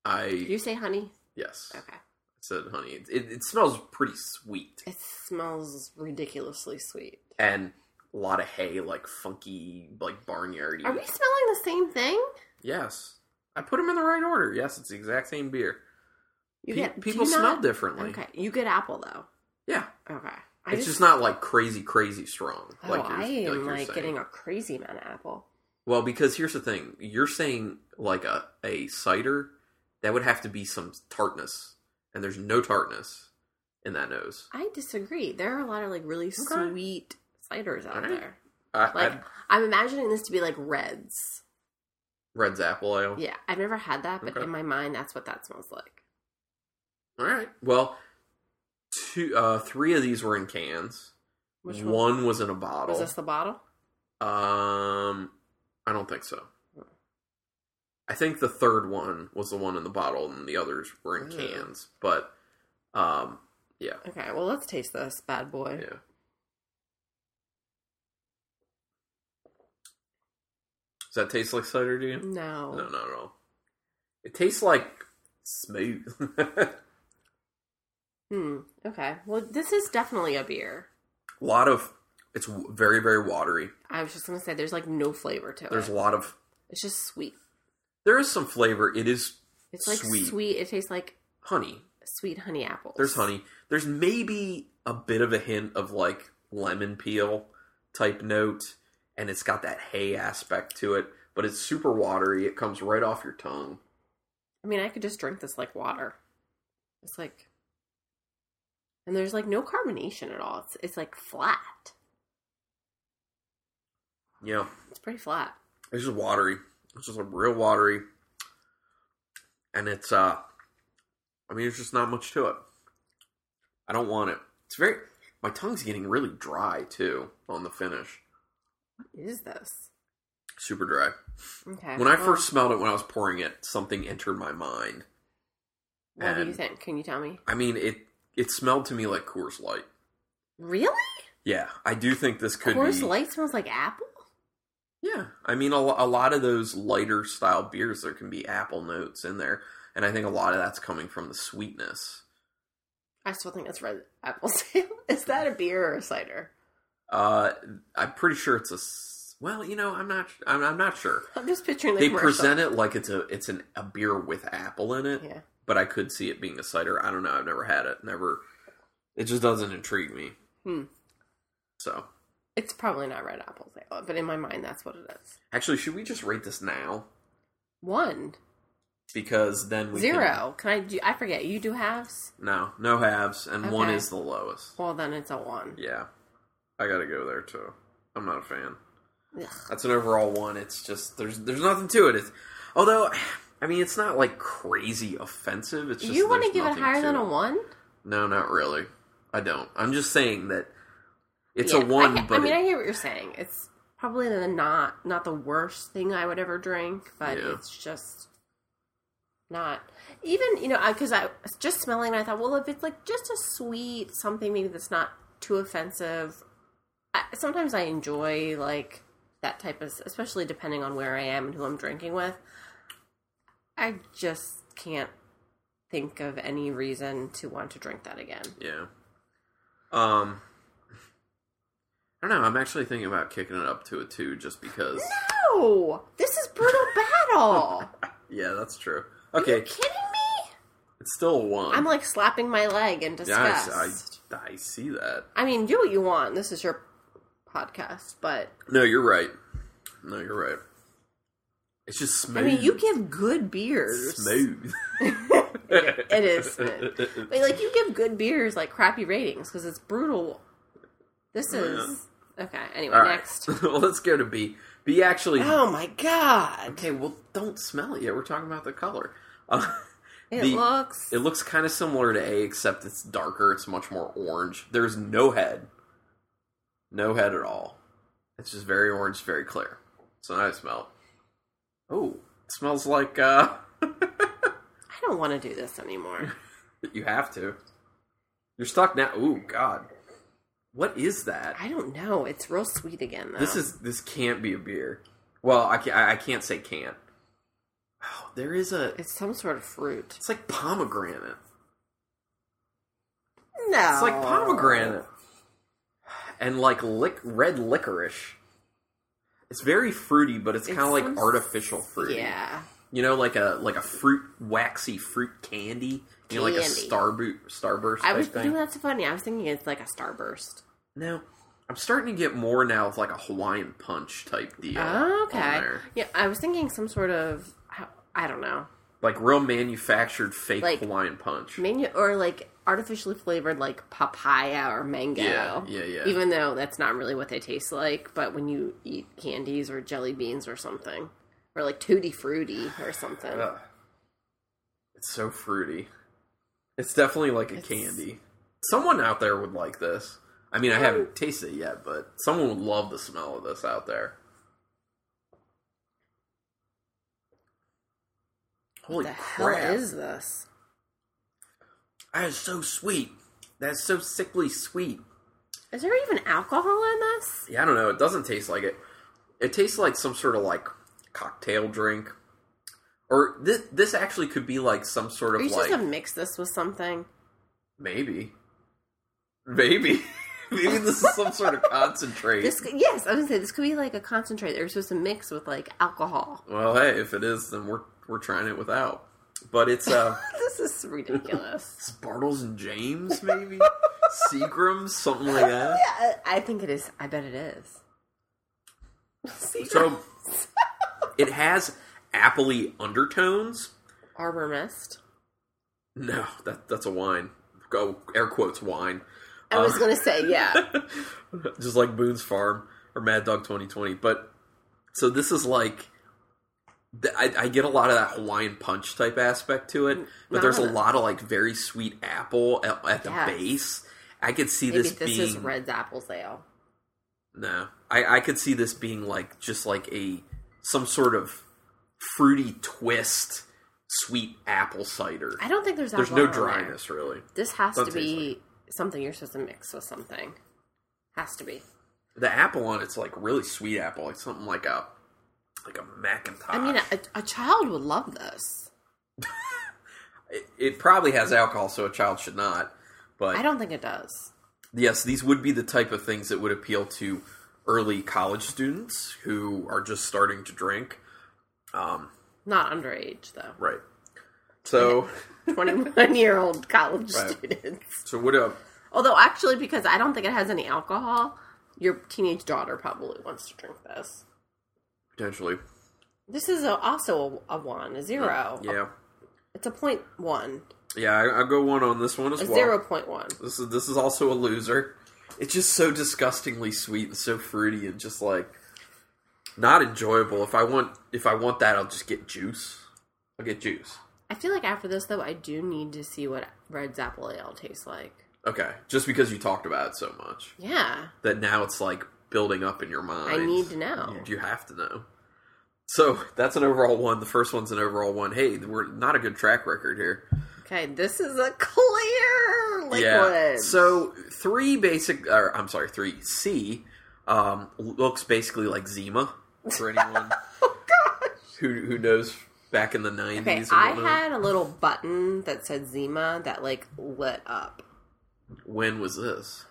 [SPEAKER 1] I
[SPEAKER 2] Did you say honey?
[SPEAKER 1] yes, I
[SPEAKER 2] Okay.
[SPEAKER 1] said honey. It, it, it smells pretty sweet
[SPEAKER 2] It smells ridiculously sweet.
[SPEAKER 1] and a lot of hay, like funky, like barnyardy.
[SPEAKER 2] Are we smelling the same thing?
[SPEAKER 1] Yes, I put them in the right order. Yes, it's the exact same beer.
[SPEAKER 2] You
[SPEAKER 1] Pe-
[SPEAKER 2] get do
[SPEAKER 1] people
[SPEAKER 2] you
[SPEAKER 1] smell
[SPEAKER 2] not-
[SPEAKER 1] differently.
[SPEAKER 2] Okay, you get apple though.
[SPEAKER 1] Yeah,
[SPEAKER 2] Okay,
[SPEAKER 1] it's just, not like crazy, crazy strong.
[SPEAKER 2] oh,
[SPEAKER 1] like
[SPEAKER 2] I
[SPEAKER 1] you're,
[SPEAKER 2] am
[SPEAKER 1] you're
[SPEAKER 2] like,
[SPEAKER 1] saying.
[SPEAKER 2] getting a crazy amount of apple.
[SPEAKER 1] Well, because here's the thing: you're saying like a a cider that would have to be some tartness, and there's no tartness in that nose.
[SPEAKER 2] I disagree. There are a lot of like really
[SPEAKER 1] Okay.
[SPEAKER 2] sweet ciders out
[SPEAKER 1] All right.
[SPEAKER 2] there.
[SPEAKER 1] I,
[SPEAKER 2] Like
[SPEAKER 1] I,
[SPEAKER 2] I, am imagining this to be like reds.
[SPEAKER 1] Red's apple ale.
[SPEAKER 2] Yeah, I've never had that, but
[SPEAKER 1] Okay.
[SPEAKER 2] in my mind, that's what that smells like.
[SPEAKER 1] All right. Well, two, uh, three of these were in cans.
[SPEAKER 2] Which one?
[SPEAKER 1] one was in a
[SPEAKER 2] Was
[SPEAKER 1] bottle.
[SPEAKER 2] this the bottle?
[SPEAKER 1] Um, I don't think so. I think the third one was the one in the bottle, and the others were in
[SPEAKER 2] Ew.
[SPEAKER 1] cans. But, um, yeah,
[SPEAKER 2] Okay, well let's taste this bad boy.
[SPEAKER 1] yeah. Does that taste like cider to you?
[SPEAKER 2] No.
[SPEAKER 1] No, not at all. It tastes like smooth. a
[SPEAKER 2] Hmm. Okay. Well, this is definitely a beer.
[SPEAKER 1] lot of it's w- very very watery.
[SPEAKER 2] I was just gonna say there's like no flavor to
[SPEAKER 1] There's
[SPEAKER 2] it.
[SPEAKER 1] a lot of
[SPEAKER 2] It's just sweet.
[SPEAKER 1] there is some flavor. It is
[SPEAKER 2] It's like
[SPEAKER 1] Sweet.
[SPEAKER 2] sweet. It tastes like
[SPEAKER 1] honey.
[SPEAKER 2] sweet honey apples.
[SPEAKER 1] There's honey. There's maybe a bit of a hint of like lemon peel type note, and it's got that hay aspect to it. But it's super watery. It comes right off your tongue.
[SPEAKER 2] I mean, I could just drink this like water. It's like, and there's like no carbonation at all. It's it's like flat.
[SPEAKER 1] Yeah,
[SPEAKER 2] It's pretty flat.
[SPEAKER 1] it's just watery. It's just a real watery, and it's uh, I mean, there's just not much to it. I don't want it. It's very. My tongue's getting really dry too on the finish.
[SPEAKER 2] What is this?
[SPEAKER 1] Super dry.
[SPEAKER 2] Okay.
[SPEAKER 1] When I
[SPEAKER 2] well,
[SPEAKER 1] first smelled it when I was pouring it, something entered my mind.
[SPEAKER 2] what do you
[SPEAKER 1] and-
[SPEAKER 2] think? Can you tell me?
[SPEAKER 1] I mean, it it smelled to me like Coors Light.
[SPEAKER 2] Really?
[SPEAKER 1] Yeah, I do think this could
[SPEAKER 2] Coors
[SPEAKER 1] be.
[SPEAKER 2] Light smells like apple.
[SPEAKER 1] Yeah, I mean a, lo- a lot of those lighter style beers there can be apple notes in there, and I think a lot of that's coming from the sweetness.
[SPEAKER 2] I still think that's red apple sale. Is that a beer or a cider?
[SPEAKER 1] Uh, I'm pretty sure it's a. s- Well, you know, I'm not. I'm, I'm not sure.
[SPEAKER 2] I'm just picturing the
[SPEAKER 1] They
[SPEAKER 2] commercial.
[SPEAKER 1] present it like it's a it's an, a beer with apple in it,
[SPEAKER 2] Yeah.
[SPEAKER 1] but I could see it being a cider. I don't know. I've never had it. Never. It just doesn't intrigue me.
[SPEAKER 2] Hmm.
[SPEAKER 1] So,
[SPEAKER 2] It's probably not red apple sale, but in my mind, that's what it is.
[SPEAKER 1] actually, should we just rate this now?
[SPEAKER 2] One
[SPEAKER 1] Because then we can-
[SPEAKER 2] zero. Can I do? I forget. You do halves.
[SPEAKER 1] no, no halves, and one
[SPEAKER 2] Okay.
[SPEAKER 1] is the lowest.
[SPEAKER 2] Well, then it's a one.
[SPEAKER 1] Yeah. I gotta go there too. I'm not a fan.
[SPEAKER 2] Ugh.
[SPEAKER 1] That's an overall one. It's just there's there's nothing to it. It's although I mean it's not like crazy offensive. It's just
[SPEAKER 2] You want to
[SPEAKER 1] there's
[SPEAKER 2] give it
[SPEAKER 1] nothing
[SPEAKER 2] higher
[SPEAKER 1] to
[SPEAKER 2] than a one?
[SPEAKER 1] No, not really. I don't. I'm just saying that it's
[SPEAKER 2] Yeah,
[SPEAKER 1] a one,
[SPEAKER 2] I, get-
[SPEAKER 1] but
[SPEAKER 2] I mean,
[SPEAKER 1] it-
[SPEAKER 2] I hear what you're saying. It's probably the not not the worst thing I would ever drink, but
[SPEAKER 1] Yeah.
[SPEAKER 2] it's just not even you know because I, was just smelling. it, I thought, well, if it's like just a sweet something, maybe that's not too offensive. I, sometimes I enjoy like that type of, especially depending on where I am and who I'm drinking with. I just can't think of any reason to want to drink that again.
[SPEAKER 1] yeah. Um, I don't know. I'm actually thinking about kicking it up to a two just because.
[SPEAKER 2] No, this is brutal battle.
[SPEAKER 1] Yeah, that's true. Okay,
[SPEAKER 2] kidding me?
[SPEAKER 1] it's still a one.
[SPEAKER 2] I'm like slapping my leg in disgust.
[SPEAKER 1] yeah, I, I, I see that.
[SPEAKER 2] I, mean, do what you want. This is your podcast, but
[SPEAKER 1] No, you're right. No, you're right. It's just
[SPEAKER 2] I
[SPEAKER 1] smooth.
[SPEAKER 2] mean, you give good beers.
[SPEAKER 1] smooth.
[SPEAKER 2] It is smooth. but like you give good beers like crappy ratings because it's brutal. This is okay. Anyway,
[SPEAKER 1] Oh, All right.
[SPEAKER 2] next.
[SPEAKER 1] well, let's go to B. B actually.
[SPEAKER 2] Oh my god!
[SPEAKER 1] Okay, well, don't smell it yet. We're talking about the color. Uh,
[SPEAKER 2] It
[SPEAKER 1] the-
[SPEAKER 2] looks.
[SPEAKER 1] it looks kind of similar to A, except it's darker. It's much more orange. There's no head. No head at all. It's just very orange, very clear. It's a nice smell. Oh, it smells like uh
[SPEAKER 2] I don't want to do this anymore.
[SPEAKER 1] you have to. You're stuck now. Ooh, god. What is that?
[SPEAKER 2] I don't know. It's real sweet again though.
[SPEAKER 1] This is this can't be a beer. Well, I can't, I can't say can't. Oh, there is a.
[SPEAKER 2] It's some sort of fruit.
[SPEAKER 1] It's like pomegranate.
[SPEAKER 2] No,
[SPEAKER 1] It's like pomegranate, and like lick red licorice. It's very fruity, but it's kind of
[SPEAKER 2] It's
[SPEAKER 1] like
[SPEAKER 2] some-
[SPEAKER 1] artificial fruity.
[SPEAKER 2] Yeah.
[SPEAKER 1] you know, like a like a fruit waxy fruit candy. You know, like a
[SPEAKER 2] Candy.
[SPEAKER 1] starboot starburst.
[SPEAKER 2] I
[SPEAKER 1] type
[SPEAKER 2] was
[SPEAKER 1] thing.
[SPEAKER 2] you know that's funny. I was thinking it's like a starburst.
[SPEAKER 1] No, I'm starting to get more now of like a Hawaiian punch type deal.
[SPEAKER 2] Oh,
[SPEAKER 1] on
[SPEAKER 2] okay.
[SPEAKER 1] there.
[SPEAKER 2] Yeah, I was thinking some sort of I don't know
[SPEAKER 1] like real manufactured fake
[SPEAKER 2] Like-
[SPEAKER 1] Hawaiian punch.
[SPEAKER 2] menu or like artificially flavored like papaya or mango.
[SPEAKER 1] Yeah, yeah, yeah.
[SPEAKER 2] Even though that's not really what they taste like, but when you eat candies or jelly beans or something, or like tutti frutti or something,
[SPEAKER 1] Ugh. It's so fruity. It's definitely like a candy. Someone out there would like this. I mean, I haven't tasted it yet, but someone would love the smell of this out there. Holy
[SPEAKER 2] what the
[SPEAKER 1] crap.
[SPEAKER 2] hell is this?
[SPEAKER 1] that is so sweet. That's so sickly sweet.
[SPEAKER 2] Is there even alcohol in this?
[SPEAKER 1] Yeah, I don't know. It doesn't taste like it. It tastes like some sort of like cocktail drink. Or this this actually could be like some sort
[SPEAKER 2] Are
[SPEAKER 1] of
[SPEAKER 2] you
[SPEAKER 1] like
[SPEAKER 2] supposed to mix this with something?
[SPEAKER 1] Maybe. Maybe. Maybe this is some sort of concentrate.
[SPEAKER 2] This could- yes, I was gonna say this could be like a concentrate. They're supposed to mix with like alcohol.
[SPEAKER 1] Well, hey, if it is, then we're we're trying it without. But it's uh
[SPEAKER 2] This is ridiculous.
[SPEAKER 1] it's Bartles and James, maybe Seagrams, something like that.
[SPEAKER 2] I, I think it is. I bet it is. See,
[SPEAKER 1] So it has appley undertones.
[SPEAKER 2] Arbor Mist.
[SPEAKER 1] No, that that's a wine. Go air quotes wine,
[SPEAKER 2] I
[SPEAKER 1] uh,
[SPEAKER 2] was gonna say yeah.
[SPEAKER 1] just like Boone's Farm or Mad Dog Twenty Twenty. But so this is like. th- I, I get a lot of that Hawaiian punch type aspect to it, but there's a
[SPEAKER 2] Not-
[SPEAKER 1] lot of like very sweet apple at, at the
[SPEAKER 2] Yes.
[SPEAKER 1] base. I could see
[SPEAKER 2] Maybe
[SPEAKER 1] this,
[SPEAKER 2] this,
[SPEAKER 1] being
[SPEAKER 2] is Red's Apple's ale.
[SPEAKER 1] no. I, I could see this being like just like a some sort of fruity twist, sweet apple cider.
[SPEAKER 2] I don't think there's
[SPEAKER 1] There's
[SPEAKER 2] alcohol.
[SPEAKER 1] no
[SPEAKER 2] in there.
[SPEAKER 1] dryness really.
[SPEAKER 2] This has
[SPEAKER 1] Don't
[SPEAKER 2] to
[SPEAKER 1] taste
[SPEAKER 2] be something you're supposed to mix with something. Has to be.
[SPEAKER 1] The apple on it's like really sweet apple, like something like a like a Macintosh.
[SPEAKER 2] I mean, a, a child would love this.
[SPEAKER 1] it, it probably has alcohol, so a child should not. But
[SPEAKER 2] I don't think it does.
[SPEAKER 1] yes, these would be the type of things that would appeal to early college students who are just starting to drink. Um,
[SPEAKER 2] Not underage though.
[SPEAKER 1] right. So,
[SPEAKER 2] Twenty-one year old college
[SPEAKER 1] Right.
[SPEAKER 2] students.
[SPEAKER 1] so what? A,
[SPEAKER 2] Although, actually, because I don't think it has any alcohol, your teenage daughter probably wants to drink this.
[SPEAKER 1] potentially,
[SPEAKER 2] This is a, also a, a one, a zero.
[SPEAKER 1] yeah,
[SPEAKER 2] It's a point one,
[SPEAKER 1] yeah. I, I'll go one on this one as
[SPEAKER 2] a
[SPEAKER 1] well.
[SPEAKER 2] zero point one.
[SPEAKER 1] This is this is also a loser. It's just so disgustingly sweet and so fruity and just like not enjoyable. If I want if I want that, I'll just get juice. I'll get juice.
[SPEAKER 2] I feel like after this, though, I do need to see what Red's apple ale tastes like.
[SPEAKER 1] Okay, just because you talked about it so much
[SPEAKER 2] Yeah,
[SPEAKER 1] that now it's like building up in your mind.
[SPEAKER 2] I need to know.
[SPEAKER 1] You, you have to know. So that's an overall one. The first one's an overall one. Hey, we're not a good track record here.
[SPEAKER 2] Okay, this is a clear liquid.
[SPEAKER 1] So three basic, or I'm sorry, three C um, looks basically like Zima for anyone
[SPEAKER 2] Oh,
[SPEAKER 1] who who knows back in the '90s.
[SPEAKER 2] okay,
[SPEAKER 1] and
[SPEAKER 2] I
[SPEAKER 1] whatnot.
[SPEAKER 2] had a little button that said Zima that like lit up.
[SPEAKER 1] when was this?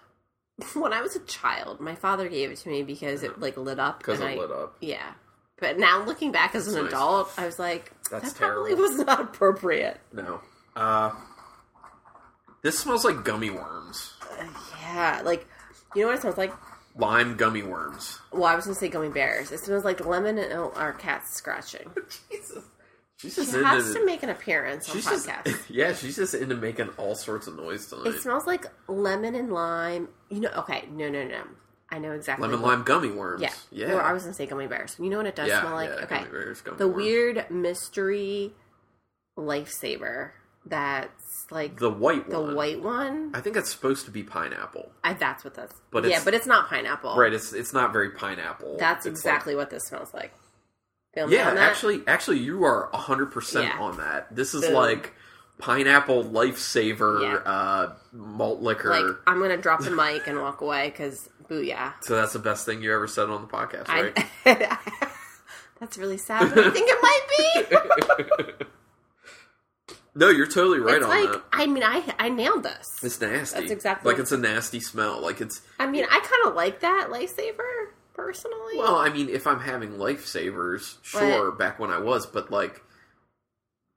[SPEAKER 2] When I was a child, my father gave it to me because it like lit up.
[SPEAKER 1] Because
[SPEAKER 2] and
[SPEAKER 1] it
[SPEAKER 2] I-
[SPEAKER 1] lit up.
[SPEAKER 2] Yeah. But now looking back as an
[SPEAKER 1] That's nice.
[SPEAKER 2] adult, I was like,
[SPEAKER 1] That's
[SPEAKER 2] that probably
[SPEAKER 1] terrible.
[SPEAKER 2] was not appropriate.
[SPEAKER 1] No. Uh, this smells like gummy worms,
[SPEAKER 2] Yeah, like you know what it smells like?
[SPEAKER 1] lime gummy worms.
[SPEAKER 2] Well, I was gonna say gummy bears. It smells like lemon and oh, our cat's scratching.
[SPEAKER 1] Jesus, she's
[SPEAKER 2] She
[SPEAKER 1] just into.
[SPEAKER 2] has to make an appearance on
[SPEAKER 1] she's just,
[SPEAKER 2] podcasts.
[SPEAKER 1] yeah, she's just into making all sorts of noise
[SPEAKER 2] It
[SPEAKER 1] tonight.
[SPEAKER 2] smells like lemon and lime. You know, okay, no, no, no. I know exactly.
[SPEAKER 1] Lemon
[SPEAKER 2] what-
[SPEAKER 1] lime gummy worms.
[SPEAKER 2] Yeah,
[SPEAKER 1] yeah.
[SPEAKER 2] No, I was gonna say gummy bears. You know what it does
[SPEAKER 1] yeah,
[SPEAKER 2] smell like?
[SPEAKER 1] yeah,
[SPEAKER 2] okay,
[SPEAKER 1] gummy bears, gummy
[SPEAKER 2] the
[SPEAKER 1] worms.
[SPEAKER 2] weird mystery lifesaver. That's like
[SPEAKER 1] The white
[SPEAKER 2] the
[SPEAKER 1] one.
[SPEAKER 2] white one.
[SPEAKER 1] I think it's supposed to be pineapple.
[SPEAKER 2] I, that's what that's.
[SPEAKER 1] But
[SPEAKER 2] yeah,
[SPEAKER 1] it's-
[SPEAKER 2] but it's not pineapple.
[SPEAKER 1] Right, it's it's not very pineapple.
[SPEAKER 2] Oh. That's
[SPEAKER 1] It's
[SPEAKER 2] exactly what this smells like. Feel
[SPEAKER 1] like-
[SPEAKER 2] me
[SPEAKER 1] yeah,
[SPEAKER 2] on that?
[SPEAKER 1] actually actually you are 100%
[SPEAKER 2] Yeah.
[SPEAKER 1] on that. This is
[SPEAKER 2] Boom.
[SPEAKER 1] like pineapple lifesaver
[SPEAKER 2] Yeah.
[SPEAKER 1] uh malt liquor.
[SPEAKER 2] like I'm gonna drop the mic and walk away because booyah.
[SPEAKER 1] so that's the best thing you ever said on the podcast, right?
[SPEAKER 2] I, that's really sad, but I think it might be.
[SPEAKER 1] no, you're totally right
[SPEAKER 2] it's
[SPEAKER 1] on
[SPEAKER 2] like
[SPEAKER 1] that.
[SPEAKER 2] I mean I I nailed this.
[SPEAKER 1] It's nasty.
[SPEAKER 2] That's exactly-
[SPEAKER 1] like it's a nasty smell. Like it's
[SPEAKER 2] I mean I kind of like that lifesaver personally.
[SPEAKER 1] well, I mean, if I'm having lifesavers, sure, back when I was, but like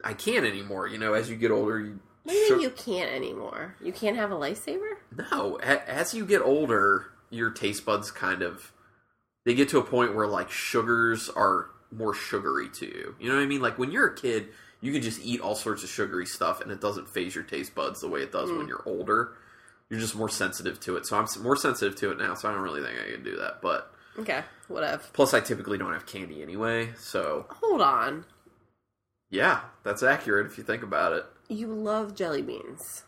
[SPEAKER 1] I can't anymore, you know, as you get older, you
[SPEAKER 2] what do you
[SPEAKER 1] should-
[SPEAKER 2] mean you can't anymore? You can't have a lifesaver?
[SPEAKER 1] No, a- as you get older, your taste buds kind of they get to a point where like sugars are more sugary to you. You know what I mean? Like when you're a kid, you can just eat all sorts of sugary stuff and it doesn't phase your taste buds the way it does
[SPEAKER 2] Mm.
[SPEAKER 1] when you're older. You're just more sensitive to it. So I'm s- more sensitive to it now, so I don't really think I can do that. But
[SPEAKER 2] Okay, whatever.
[SPEAKER 1] plus I typically don't have candy anyway, so
[SPEAKER 2] Hold on.
[SPEAKER 1] yeah, that's accurate if you think about it.
[SPEAKER 2] You love jelly beans.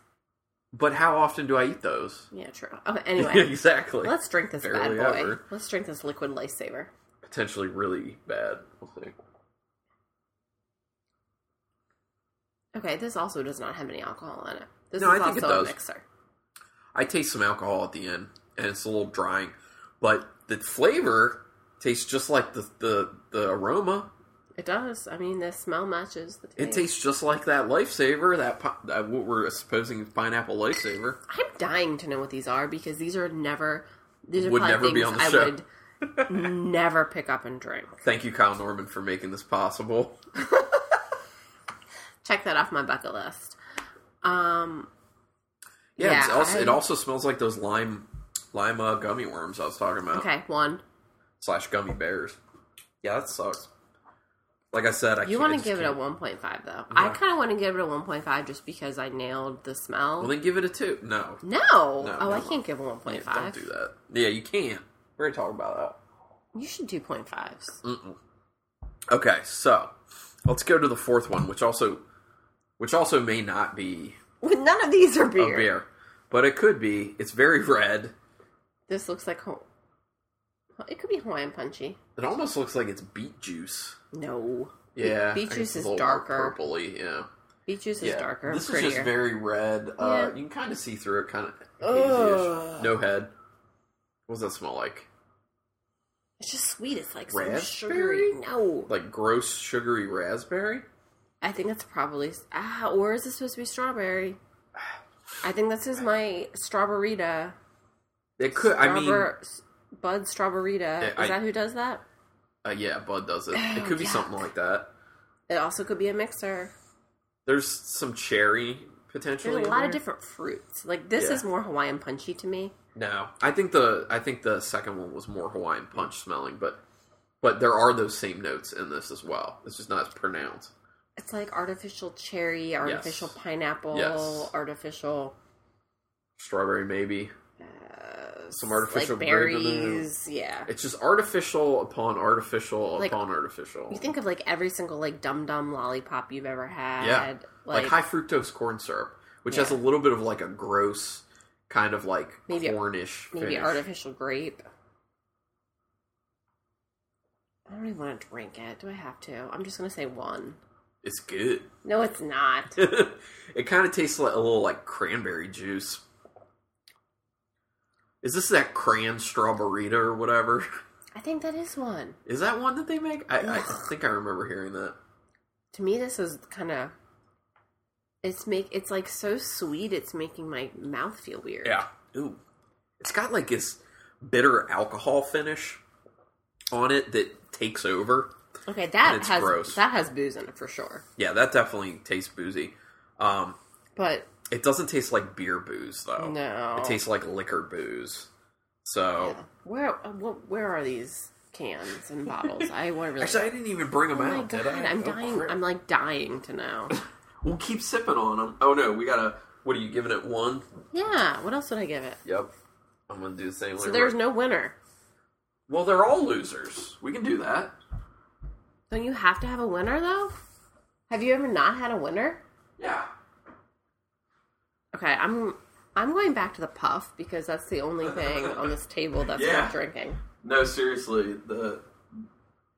[SPEAKER 1] But how often do I eat those?
[SPEAKER 2] Yeah, true. Okay, anyway,
[SPEAKER 1] exactly.
[SPEAKER 2] let's drink this bad
[SPEAKER 1] Barely
[SPEAKER 2] boy.
[SPEAKER 1] ever.
[SPEAKER 2] Let's drink this liquid lifesaver.
[SPEAKER 1] potentially really bad. We'll see.
[SPEAKER 2] Okay, this also does not have any alcohol in it. This
[SPEAKER 1] No,
[SPEAKER 2] is
[SPEAKER 1] I think it
[SPEAKER 2] also
[SPEAKER 1] does.
[SPEAKER 2] a mixer.
[SPEAKER 1] I taste some alcohol at the end, and it's a little drying, but the flavor tastes just like the the, the aroma.
[SPEAKER 2] It does. I mean, the smell matches the
[SPEAKER 1] It
[SPEAKER 2] taste.
[SPEAKER 1] tastes just like that lifesaver, that, pi- that what we're supposing is pineapple lifesaver.
[SPEAKER 2] I'm dying to know what these are because these are never. These are
[SPEAKER 1] Would
[SPEAKER 2] probably
[SPEAKER 1] never
[SPEAKER 2] things
[SPEAKER 1] be on the
[SPEAKER 2] I
[SPEAKER 1] show.
[SPEAKER 2] would never pick up and drink.
[SPEAKER 1] Thank you, Kyle Norman, for making this possible.
[SPEAKER 2] Check that off my bucket list.
[SPEAKER 1] Yeah, it's
[SPEAKER 2] Yeah,
[SPEAKER 1] also,
[SPEAKER 2] I-
[SPEAKER 1] it also smells like those lime lime uh, gummy worms I was talking about,
[SPEAKER 2] Okay, one.
[SPEAKER 1] slash gummy bears. Yeah, that sucks. Like I said, I
[SPEAKER 2] You
[SPEAKER 1] can't- I
[SPEAKER 2] want to
[SPEAKER 1] just
[SPEAKER 2] give it a
[SPEAKER 1] can't-
[SPEAKER 2] 1.5 though. I kind of want to give it a 1.5 just because I nailed the smell.
[SPEAKER 1] Well, then give it a two. No,
[SPEAKER 2] no.
[SPEAKER 1] no,
[SPEAKER 2] Oh, I
[SPEAKER 1] no.
[SPEAKER 2] can't give a
[SPEAKER 1] Yeah,
[SPEAKER 2] 1.5.
[SPEAKER 1] don't do that. Yeah, you can't. We're gonna talk about that.
[SPEAKER 2] You should do 0.5s.
[SPEAKER 1] Mm. Okay, so let's go to the fourth one, which also, which also may not be
[SPEAKER 2] None of these are
[SPEAKER 1] a
[SPEAKER 2] beer.
[SPEAKER 1] beer, but it could be. It's very red.
[SPEAKER 2] This looks like ho- it could be Hawaiian punchy.
[SPEAKER 1] It almost looks like it's beet juice.
[SPEAKER 2] No.
[SPEAKER 1] Yeah,
[SPEAKER 2] Beet
[SPEAKER 1] I guess it's
[SPEAKER 2] juice
[SPEAKER 1] a
[SPEAKER 2] is
[SPEAKER 1] little more
[SPEAKER 2] darker.
[SPEAKER 1] purpley. Yeah,
[SPEAKER 2] Beet juice is
[SPEAKER 1] yeah.
[SPEAKER 2] darker.
[SPEAKER 1] This
[SPEAKER 2] prettier.
[SPEAKER 1] is just very red. Uh,
[SPEAKER 2] Yeah.
[SPEAKER 1] You can kind of see through it, kind of
[SPEAKER 2] Ugh.
[SPEAKER 1] no head. What does that smell like?
[SPEAKER 2] It's just sweet. It's like some
[SPEAKER 1] Raspberry?
[SPEAKER 2] sugary. No,
[SPEAKER 1] Like gross sugary raspberry?
[SPEAKER 2] I think that's probably ah. Or is this supposed to be strawberry? I think this is my strawberryta.
[SPEAKER 1] It could. I mean,
[SPEAKER 2] Strawber- s- Bud strawberryta.
[SPEAKER 1] Yeah,
[SPEAKER 2] Is
[SPEAKER 1] I-
[SPEAKER 2] that who does that?
[SPEAKER 1] uh, yeah, Bud does it. It could be
[SPEAKER 2] Oh, yuck.
[SPEAKER 1] something like that.
[SPEAKER 2] It also could be a mixer.
[SPEAKER 1] There's some cherry potentially.
[SPEAKER 2] There's
[SPEAKER 1] in
[SPEAKER 2] a lot
[SPEAKER 1] there.
[SPEAKER 2] of different fruits. Like this
[SPEAKER 1] Yeah.
[SPEAKER 2] is more Hawaiian punchy to me.
[SPEAKER 1] No, I think the I think the second one was more Hawaiian punch smelling, but but there are those same notes in this as well. It's just not as pronounced.
[SPEAKER 2] It's like artificial cherry, artificial pineapple,
[SPEAKER 1] Yes.
[SPEAKER 2] artificial
[SPEAKER 1] Strawberry maybe.
[SPEAKER 2] uh,
[SPEAKER 1] Some artificial
[SPEAKER 2] like
[SPEAKER 1] berry
[SPEAKER 2] berries. Yeah.
[SPEAKER 1] It's just artificial upon artificial
[SPEAKER 2] Like,
[SPEAKER 1] upon artificial.
[SPEAKER 2] You think of like every single like dum dum lollipop you've ever had.
[SPEAKER 1] yeah, like,
[SPEAKER 2] Like,
[SPEAKER 1] high fructose corn syrup, which has a
[SPEAKER 2] Yeah.
[SPEAKER 1] little bit of like a gross kind of like
[SPEAKER 2] Maybe-
[SPEAKER 1] cornish
[SPEAKER 2] maybe
[SPEAKER 1] finish.
[SPEAKER 2] artificial grape. I don't really want to drink it. Do I have to? I'm just gonna say one.
[SPEAKER 1] It's good.
[SPEAKER 2] No, it's not.
[SPEAKER 1] it kind of tastes like a little like cranberry juice. Is this that cran strawberry or whatever?
[SPEAKER 2] I think that is one.
[SPEAKER 1] Is that one that they make? I, I think I remember hearing that.
[SPEAKER 2] To me, this is kind of. It's make it's like so sweet. It's making my mouth feel weird.
[SPEAKER 1] Ooh. It's got like this bitter alcohol finish on it that takes over.
[SPEAKER 2] Okay,
[SPEAKER 1] And
[SPEAKER 2] that
[SPEAKER 1] it's
[SPEAKER 2] has
[SPEAKER 1] gross.
[SPEAKER 2] that has booze in it for sure.
[SPEAKER 1] Yeah, that definitely tastes boozy. Um,
[SPEAKER 2] But
[SPEAKER 1] it doesn't taste like beer booze though.
[SPEAKER 2] no,
[SPEAKER 1] Oh, It tastes like liquor booze. So
[SPEAKER 2] where uh, what, where are these cans and bottles? I want to really.
[SPEAKER 1] actually, I didn't even bring them
[SPEAKER 2] oh my
[SPEAKER 1] out.
[SPEAKER 2] god,
[SPEAKER 1] did I?
[SPEAKER 2] I'm
[SPEAKER 1] Oh,
[SPEAKER 2] dying.
[SPEAKER 1] crap.
[SPEAKER 2] I'm like dying to know.
[SPEAKER 1] We'll keep sipping on them. Oh no, we gotta. What are you giving it one?
[SPEAKER 2] yeah, what else would I give it?
[SPEAKER 1] Yep. I'm gonna do the same.
[SPEAKER 2] So there's no winner.
[SPEAKER 1] Well, they're all losers. We can do that.
[SPEAKER 2] Don't you have to have a winner though? Have you ever not had a winner?
[SPEAKER 1] Yeah.
[SPEAKER 2] Okay, I'm I'm going back to the puff because that's the only thing on this table that's
[SPEAKER 1] Yeah.
[SPEAKER 2] not drinking.
[SPEAKER 1] No, seriously, the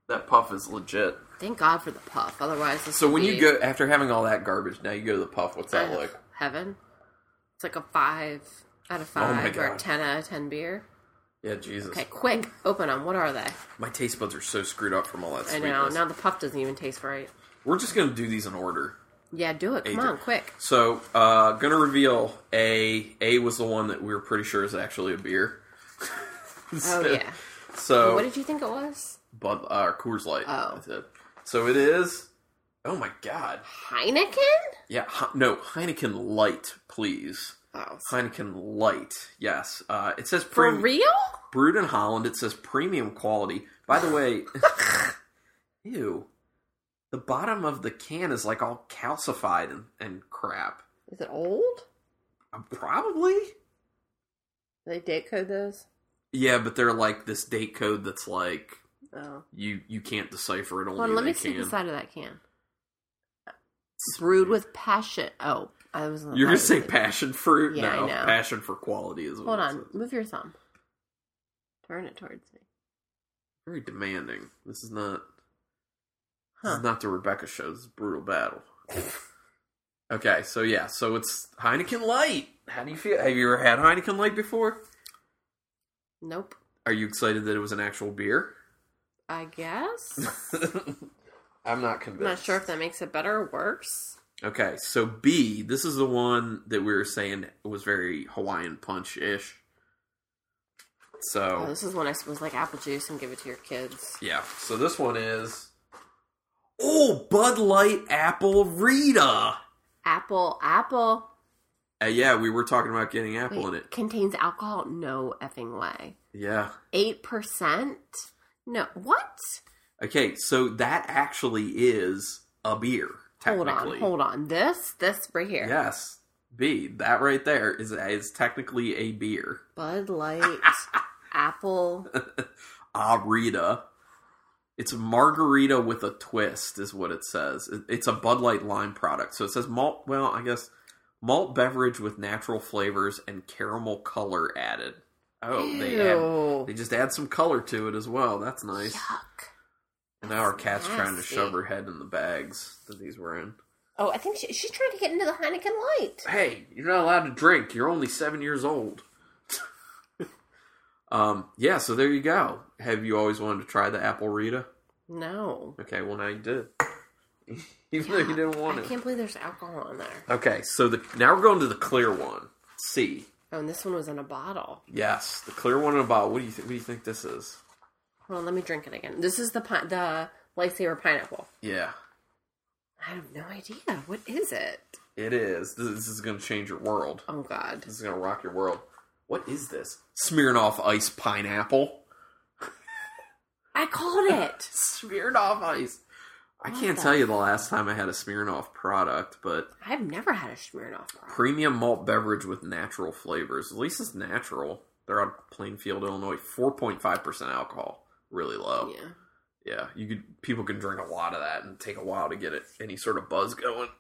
[SPEAKER 1] that puff is legit.
[SPEAKER 2] Thank God for the puff. Otherwise, this
[SPEAKER 1] So
[SPEAKER 2] would
[SPEAKER 1] when you
[SPEAKER 2] be-
[SPEAKER 1] go after having all that garbage, now you go to the puff. What's that
[SPEAKER 2] Ugh,
[SPEAKER 1] like?
[SPEAKER 2] heaven. It's like a five out of
[SPEAKER 1] Oh my
[SPEAKER 2] five or a
[SPEAKER 1] God.
[SPEAKER 2] ten out of ten beer.
[SPEAKER 1] Yeah, Jesus,
[SPEAKER 2] Okay, quick, open them. What are they?
[SPEAKER 1] my taste buds are so screwed up from all that.
[SPEAKER 2] I
[SPEAKER 1] Sweetness.
[SPEAKER 2] know. Now the puff doesn't even taste right.
[SPEAKER 1] We're just gonna do these in order.
[SPEAKER 2] Yeah, do it. Come on, quick.
[SPEAKER 1] So, uh, gonna reveal a a was the one that we were pretty sure is actually a beer.
[SPEAKER 2] Oh yeah.
[SPEAKER 1] So
[SPEAKER 2] What did you think it was?
[SPEAKER 1] Bud uh, Coors Light.
[SPEAKER 2] Oh.
[SPEAKER 1] That's it. So it is. Oh my God.
[SPEAKER 2] Heineken?
[SPEAKER 1] Yeah. He- no Heineken Light, please.
[SPEAKER 2] Oh,
[SPEAKER 1] Heineken Light. Yes. Uh, it says
[SPEAKER 2] for
[SPEAKER 1] prem-
[SPEAKER 2] real?
[SPEAKER 1] brewed in Holland. It says premium quality. By the way, ew. The bottom of the can is like all calcified and, and crap.
[SPEAKER 2] Is it old?
[SPEAKER 1] Uh, Probably.
[SPEAKER 2] Do they date code those?
[SPEAKER 1] Yeah, but they're like this date code that's like
[SPEAKER 2] Oh.
[SPEAKER 1] you you can't decipher it. Only
[SPEAKER 2] Hold on, let
[SPEAKER 1] they
[SPEAKER 2] me see
[SPEAKER 1] can.
[SPEAKER 2] the side of that can. Brewed with passion. Oh, I was.
[SPEAKER 1] You're gonna say passion fruit?
[SPEAKER 2] Yeah, I
[SPEAKER 1] no,
[SPEAKER 2] know.
[SPEAKER 1] passion for quality is.
[SPEAKER 2] Hold
[SPEAKER 1] what it
[SPEAKER 2] on,
[SPEAKER 1] says.
[SPEAKER 2] move your thumb. Turn it towards me.
[SPEAKER 1] Very demanding. This is not. This
[SPEAKER 2] Huh.
[SPEAKER 1] is not the Rebecca show. This is brutal battle. okay, so yeah, so it's Heineken Light. How do you feel? Have you ever had Heineken Light before?
[SPEAKER 2] Nope.
[SPEAKER 1] Are you excited that it was an actual beer?
[SPEAKER 2] I guess.
[SPEAKER 1] I'm not convinced.
[SPEAKER 2] I'm not sure if that makes it better or worse.
[SPEAKER 1] Okay, so B, this is the one that we were saying was very Hawaiian punch ish.
[SPEAKER 2] Oh,
[SPEAKER 1] So
[SPEAKER 2] this is when I was like apple juice and give it to your kids.
[SPEAKER 1] yeah, so this one is oh Bud Light Apple Rita.
[SPEAKER 2] Apple, apple
[SPEAKER 1] Uh, yeah, we were talking about getting apple in
[SPEAKER 2] Wait,
[SPEAKER 1] it.
[SPEAKER 2] contains alcohol. No effing way.
[SPEAKER 1] Yeah.
[SPEAKER 2] Eight percent. No, what?
[SPEAKER 1] Okay, so that actually is a beer.
[SPEAKER 2] Hold
[SPEAKER 1] Technically.
[SPEAKER 2] on, hold on. This, this right here.
[SPEAKER 1] Yes. B, that right there is is technically a beer.
[SPEAKER 2] Bud Light, apple.
[SPEAKER 1] Ah, Rita. It's margarita with a twist, is what it says. It- It's a Bud Light lime product. So it says malt, well, I guess malt beverage with natural flavors and caramel color added. Oh, they add,
[SPEAKER 2] Ew.
[SPEAKER 1] they just add some color to it as well. That's nice.
[SPEAKER 2] Yuck.
[SPEAKER 1] And now our cat's trying to
[SPEAKER 2] nasty.
[SPEAKER 1] shove her head in the bags that these were in.
[SPEAKER 2] Oh, I think she, she's trying to get into the Heineken Light.
[SPEAKER 1] Hey, you're not allowed to drink. You're only seven years old. Um, yeah, so there you go. Have you always wanted to try the apple Rita?
[SPEAKER 2] No.
[SPEAKER 1] Okay, well now you did. Even though you didn't want
[SPEAKER 2] I
[SPEAKER 1] it.
[SPEAKER 2] can't believe there's alcohol in there.
[SPEAKER 1] Okay, so the now we're going to the clear one. C.
[SPEAKER 2] Oh, and this one was in a bottle.
[SPEAKER 1] Yes, the clear one in a bottle. What do you think? What do you think this is?
[SPEAKER 2] Hold on, let me drink it again. This is the pi- the lightsaber pineapple.
[SPEAKER 1] Yeah,
[SPEAKER 2] I have no idea. What is it?
[SPEAKER 1] it is. This, this is going to change your world.
[SPEAKER 2] Oh God.
[SPEAKER 1] This is going to rock your world. What is this? Smirnoff Ice Pineapple.
[SPEAKER 2] I called it.
[SPEAKER 1] Smirnoff Ice. I can't tell you the last time I had a Smirnoff product, but
[SPEAKER 2] I've never had a Smirnoff product.
[SPEAKER 1] premium malt beverage with natural flavors. At least it's natural. They're out of Plainfield, Illinois. Four point five percent alcohol. Really low.
[SPEAKER 2] Yeah.
[SPEAKER 1] Yeah. You could people can drink a lot of that and take a while to get it any sort of buzz going.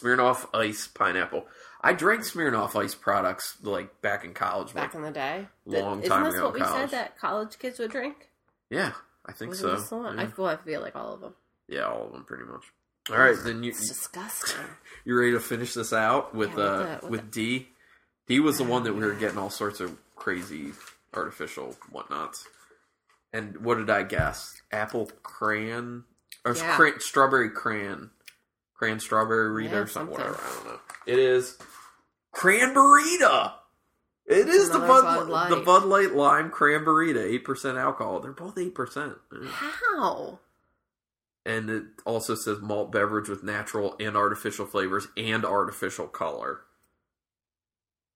[SPEAKER 1] Smirnoff Ice Pineapple. I drank Smirnoff Ice products like back in college.
[SPEAKER 2] Back
[SPEAKER 1] like,
[SPEAKER 2] in the day.
[SPEAKER 1] Long
[SPEAKER 2] Isn't
[SPEAKER 1] time
[SPEAKER 2] this
[SPEAKER 1] ago in
[SPEAKER 2] what we
[SPEAKER 1] college.
[SPEAKER 2] said that college kids would drink?
[SPEAKER 1] yeah, I think
[SPEAKER 2] Was
[SPEAKER 1] so.
[SPEAKER 2] it this the one?
[SPEAKER 1] Yeah.
[SPEAKER 2] I feel I feel like all of them.
[SPEAKER 1] Yeah, all of them pretty much. All right, then you
[SPEAKER 2] It's disgusting.
[SPEAKER 1] you ready to finish this out with
[SPEAKER 2] Yeah, with
[SPEAKER 1] uh
[SPEAKER 2] the- Ah.
[SPEAKER 1] with,
[SPEAKER 2] with
[SPEAKER 1] D? D was the one that we were getting all sorts of crazy artificial whatnots. And what did I guess? Apple crayon or
[SPEAKER 2] Yeah.
[SPEAKER 1] cran- strawberry crayon, crayon strawberry Rita
[SPEAKER 2] Yeah,
[SPEAKER 1] or something.
[SPEAKER 2] something.
[SPEAKER 1] Whatever. I don't know. It is cranberita. It is the
[SPEAKER 2] Another
[SPEAKER 1] Bud,
[SPEAKER 2] Bud Light.
[SPEAKER 1] the Bud Light lime cranberita, eight percent alcohol. They're both eight percent
[SPEAKER 2] How?
[SPEAKER 1] and it also says malt beverage with natural and artificial flavors and artificial color.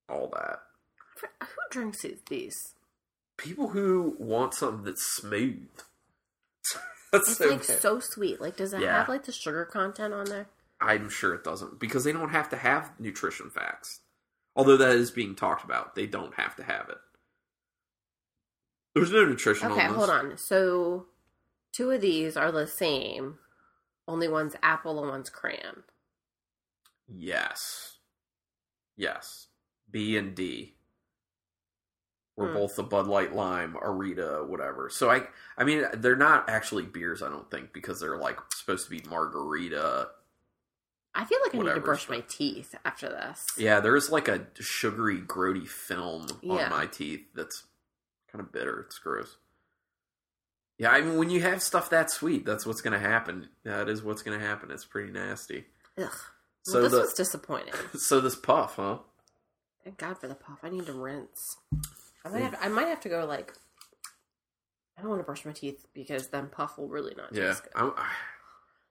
[SPEAKER 1] All that.
[SPEAKER 2] For- Who drinks these- these?
[SPEAKER 1] People who want something that's smooth. that's
[SPEAKER 2] It's
[SPEAKER 1] so
[SPEAKER 2] like
[SPEAKER 1] bad.
[SPEAKER 2] so sweet. Like, does it
[SPEAKER 1] Yeah.
[SPEAKER 2] have like the sugar content on there?
[SPEAKER 1] I'm sure it doesn't because they don't have to have nutrition facts. Although that is being talked about, they don't have to have it. There's no nutrition.
[SPEAKER 2] Okay,
[SPEAKER 1] on this.
[SPEAKER 2] hold on. So, two of these are the same. Only one's apple and one's crayon.
[SPEAKER 1] Yes. Yes. B and D. Were
[SPEAKER 2] Hmm.
[SPEAKER 1] both the Bud Light Lime, Arita, whatever. So I I mean they're not actually beers, I don't think, because they're like supposed to be margarita.
[SPEAKER 2] I feel like I need to
[SPEAKER 1] Whatever.
[SPEAKER 2] brush my teeth after this.
[SPEAKER 1] Yeah, there's like a sugary, grody film
[SPEAKER 2] Yeah.
[SPEAKER 1] on my teeth that's kind of bitter. It's gross. Yeah, I mean when you have stuff that sweet, that's what's gonna happen. That is what's gonna happen. It's pretty nasty.
[SPEAKER 2] Ugh.
[SPEAKER 1] So
[SPEAKER 2] well, this
[SPEAKER 1] the
[SPEAKER 2] was disappointing.
[SPEAKER 1] so this puff, huh?
[SPEAKER 2] Thank God for the puff. I need to rinse. I might have. I might have to go like. I don't want to brush my teeth because then puff will really not
[SPEAKER 1] Yeah,
[SPEAKER 2] taste good.
[SPEAKER 1] I'm, I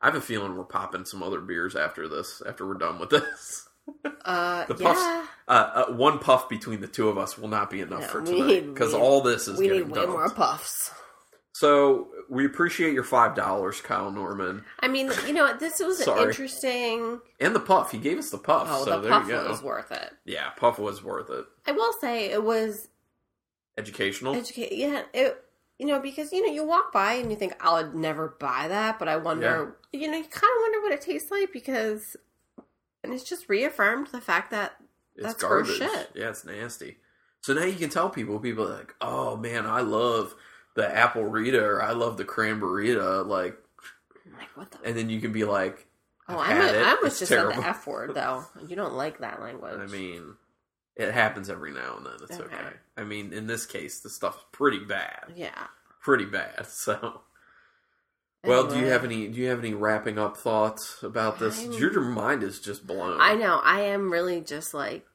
[SPEAKER 1] I have a feeling we're popping some other beers after this. After we're done with this,
[SPEAKER 2] Uh,
[SPEAKER 1] The puff's
[SPEAKER 2] yeah.
[SPEAKER 1] uh, uh, one puff between the two of us will not be enough
[SPEAKER 2] No,
[SPEAKER 1] for
[SPEAKER 2] we
[SPEAKER 1] tonight
[SPEAKER 2] need-
[SPEAKER 1] because
[SPEAKER 2] we-
[SPEAKER 1] all this is
[SPEAKER 2] We
[SPEAKER 1] getting
[SPEAKER 2] need way
[SPEAKER 1] dumped.
[SPEAKER 2] more puffs.
[SPEAKER 1] So we appreciate your five dollars, Kyle Norman,
[SPEAKER 2] I mean, you know, what, this was an
[SPEAKER 1] Sorry.
[SPEAKER 2] interesting.
[SPEAKER 1] and the puff. He gave us the puff,
[SPEAKER 2] Oh,
[SPEAKER 1] so
[SPEAKER 2] the
[SPEAKER 1] there
[SPEAKER 2] puff
[SPEAKER 1] you go.
[SPEAKER 2] was worth it.
[SPEAKER 1] yeah, puff was worth it.
[SPEAKER 2] I will say it was
[SPEAKER 1] Educational.
[SPEAKER 2] educate. Yeah, it. You know, because you know, you walk by and you think I'll never buy that, but I wonder. You know, you kind of wonder what it tastes like because, and it's just reaffirmed the fact that
[SPEAKER 1] it's
[SPEAKER 2] that's gross
[SPEAKER 1] garbage.
[SPEAKER 2] shit.
[SPEAKER 1] Yeah, it's nasty. So now you can tell people. People are like, oh man, I love the apple Rita, or I love the cranberry Rita. Like,
[SPEAKER 2] like what the
[SPEAKER 1] and then you can be like,
[SPEAKER 2] Oh,
[SPEAKER 1] I've
[SPEAKER 2] I
[SPEAKER 1] had
[SPEAKER 2] might-
[SPEAKER 1] it.
[SPEAKER 2] I was
[SPEAKER 1] It's
[SPEAKER 2] just at
[SPEAKER 1] terrible.
[SPEAKER 2] the F word though. You don't like that language.
[SPEAKER 1] I mean, it happens every now and then. It's okay.
[SPEAKER 2] Okay.
[SPEAKER 1] I mean, in this case, the stuff's pretty bad,
[SPEAKER 2] yeah.
[SPEAKER 1] pretty bad. So, well, do you
[SPEAKER 2] Anyway.
[SPEAKER 1] have any? Do you have any wrapping up thoughts about this?
[SPEAKER 2] I'm-
[SPEAKER 1] Your, your mind is just blown.
[SPEAKER 2] I know. I am really just like,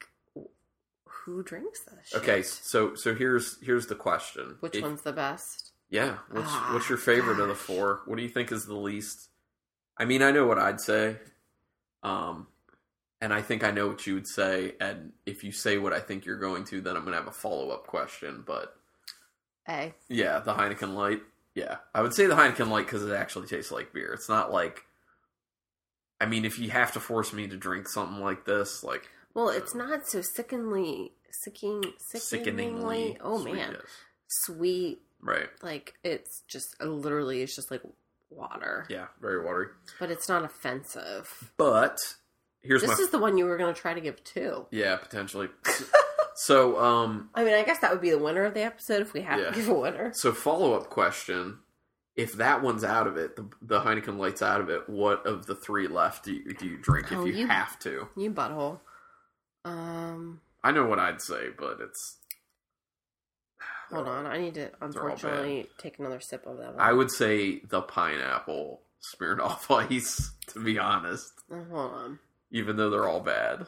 [SPEAKER 2] who drinks this? Shit?
[SPEAKER 1] Okay, so so here's here's the question.
[SPEAKER 2] Which
[SPEAKER 1] If-
[SPEAKER 2] one's the best?
[SPEAKER 1] Yeah. What's
[SPEAKER 2] Ah,
[SPEAKER 1] what's your favorite of the
[SPEAKER 2] gosh.
[SPEAKER 1] four? What do you think is the least? I mean, I know what I'd say. Um. And I think I know what you would say, and if you say what I think you're going to, then I'm gonna have a follow up question. But
[SPEAKER 2] A.
[SPEAKER 1] Yeah, the Heineken Light. Yeah, I would say the Heineken Light because it actually tastes like beer. It's not like, I mean, if you have to force me to drink something like this, like
[SPEAKER 2] Well, it's
[SPEAKER 1] Uh,
[SPEAKER 2] not so sickeningly, sicking,
[SPEAKER 1] sickeningly.
[SPEAKER 2] sickeningly. Oh
[SPEAKER 1] sweet
[SPEAKER 2] man,
[SPEAKER 1] it is.
[SPEAKER 2] sweet.
[SPEAKER 1] right?
[SPEAKER 2] Like it's just literally, it's just like water,
[SPEAKER 1] Yeah, very watery.
[SPEAKER 2] but it's not offensive.
[SPEAKER 1] But here's
[SPEAKER 2] This
[SPEAKER 1] my
[SPEAKER 2] is the one you were going to try to give two.
[SPEAKER 1] yeah potentially. so um,
[SPEAKER 2] I mean, I guess that would be the winner of the episode if we have
[SPEAKER 1] Yeah.
[SPEAKER 2] to give a winner.
[SPEAKER 1] so follow up question: If that one's out of it, the, the Heineken Light's out of it. What of the three left do you, do you drink if
[SPEAKER 2] Oh,
[SPEAKER 1] you,
[SPEAKER 2] you-
[SPEAKER 1] have to?
[SPEAKER 2] You butthole. Um,
[SPEAKER 1] I know what I'd say, but it's
[SPEAKER 2] Hold on, I need to unfortunately take another sip of that one.
[SPEAKER 1] I would say the pineapple Smirnoff Ice, to be honest,
[SPEAKER 2] Oh, Hold on.
[SPEAKER 1] even though they're all bad.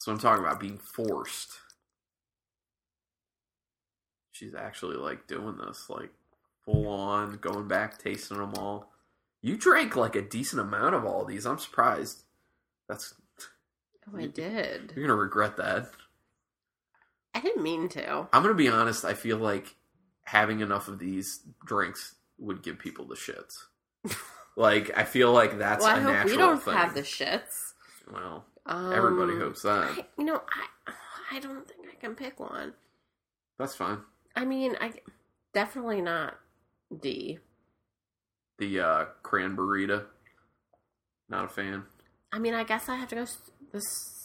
[SPEAKER 1] So I'm talking about being forced. She's actually like doing this, like full on, going back, tasting them all. You drank like a decent amount of all these. I'm surprised. That's
[SPEAKER 2] Oh, I did.
[SPEAKER 1] you're gonna regret that.
[SPEAKER 2] I didn't mean to.
[SPEAKER 1] I'm gonna be honest. I feel like having enough of these drinks would give people the shits. like I feel like that's a
[SPEAKER 2] well, I hope
[SPEAKER 1] natural
[SPEAKER 2] we don't
[SPEAKER 1] thing.
[SPEAKER 2] have the shits.
[SPEAKER 1] well,
[SPEAKER 2] Um,
[SPEAKER 1] everybody hopes that.
[SPEAKER 2] I, you know, I I don't think I can pick one.
[SPEAKER 1] That's fine.
[SPEAKER 2] I mean, I definitely not D.
[SPEAKER 1] The uh, cran burrito. Not a fan.
[SPEAKER 2] I mean, I guess I have to go s- the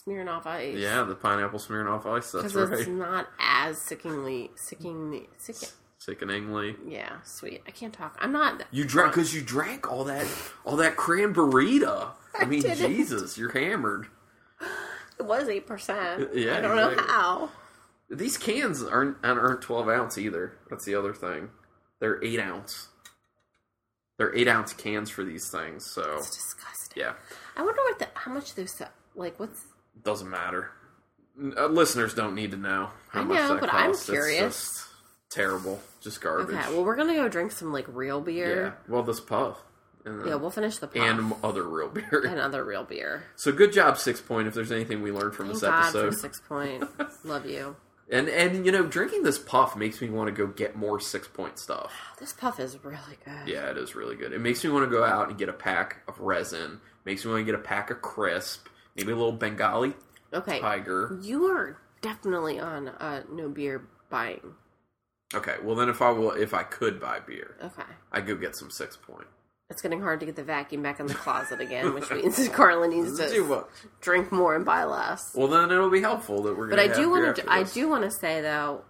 [SPEAKER 2] Smirnoff Ice.
[SPEAKER 1] Yeah, the pineapple smearing off ice. That's
[SPEAKER 2] because it's
[SPEAKER 1] right.
[SPEAKER 2] not as sickingly, sickingly, sick.
[SPEAKER 1] Sickeningly.
[SPEAKER 2] Yeah, sweet. I can't talk. I'm not.
[SPEAKER 1] You drank because you drank all that all that cran burrito. I
[SPEAKER 2] I
[SPEAKER 1] mean,
[SPEAKER 2] didn't.
[SPEAKER 1] Jesus, you're hammered.
[SPEAKER 2] It was eight percent.
[SPEAKER 1] Yeah,
[SPEAKER 2] I don't know
[SPEAKER 1] exactly.
[SPEAKER 2] how.
[SPEAKER 1] These cans aren't and aren't twelve ounce either. That's the other thing. They're eight ounce. They're eight ounce cans for these things. So
[SPEAKER 2] It's disgusting.
[SPEAKER 1] yeah,
[SPEAKER 2] I wonder what the how much those se- like. What's
[SPEAKER 1] doesn't matter. N- Uh, listeners don't need to know how
[SPEAKER 2] I
[SPEAKER 1] much
[SPEAKER 2] know,
[SPEAKER 1] that
[SPEAKER 2] but I'm
[SPEAKER 1] costs. It's
[SPEAKER 2] curious.
[SPEAKER 1] just terrible, just garbage.
[SPEAKER 2] okay? Well, we're gonna go drink some like real
[SPEAKER 1] yeah.
[SPEAKER 2] beer.
[SPEAKER 1] Well, this puff. And then-
[SPEAKER 2] Yeah, we'll finish the puff
[SPEAKER 1] and
[SPEAKER 2] and,
[SPEAKER 1] other real beer.
[SPEAKER 2] other real beer.
[SPEAKER 1] So good job, six point. If there's anything we learned from
[SPEAKER 2] Thank
[SPEAKER 1] this
[SPEAKER 2] God for
[SPEAKER 1] episode,
[SPEAKER 2] six point. Love you.
[SPEAKER 1] and and you know, drinking this puff makes me want to go get more six point stuff.
[SPEAKER 2] This puff is really good.
[SPEAKER 1] Yeah, it is really good. It makes me want to go out and get a pack of resin. Makes me want to get a pack of crisp. Maybe a little Bengali
[SPEAKER 2] Okay,
[SPEAKER 1] tiger.
[SPEAKER 2] you are definitely on uh, no beer buying.
[SPEAKER 1] Okay, well then if I will, if I could buy beer,
[SPEAKER 2] Okay.
[SPEAKER 1] I would go get some six point.
[SPEAKER 2] It's getting hard to get the vacuum back in the closet again, which means Carla needs
[SPEAKER 1] Do
[SPEAKER 2] to
[SPEAKER 1] what?
[SPEAKER 2] drink more and buy less.
[SPEAKER 1] Well, then it'll be helpful that we're.
[SPEAKER 2] But
[SPEAKER 1] gonna
[SPEAKER 2] I do
[SPEAKER 1] want
[SPEAKER 2] want to. I do want to say though,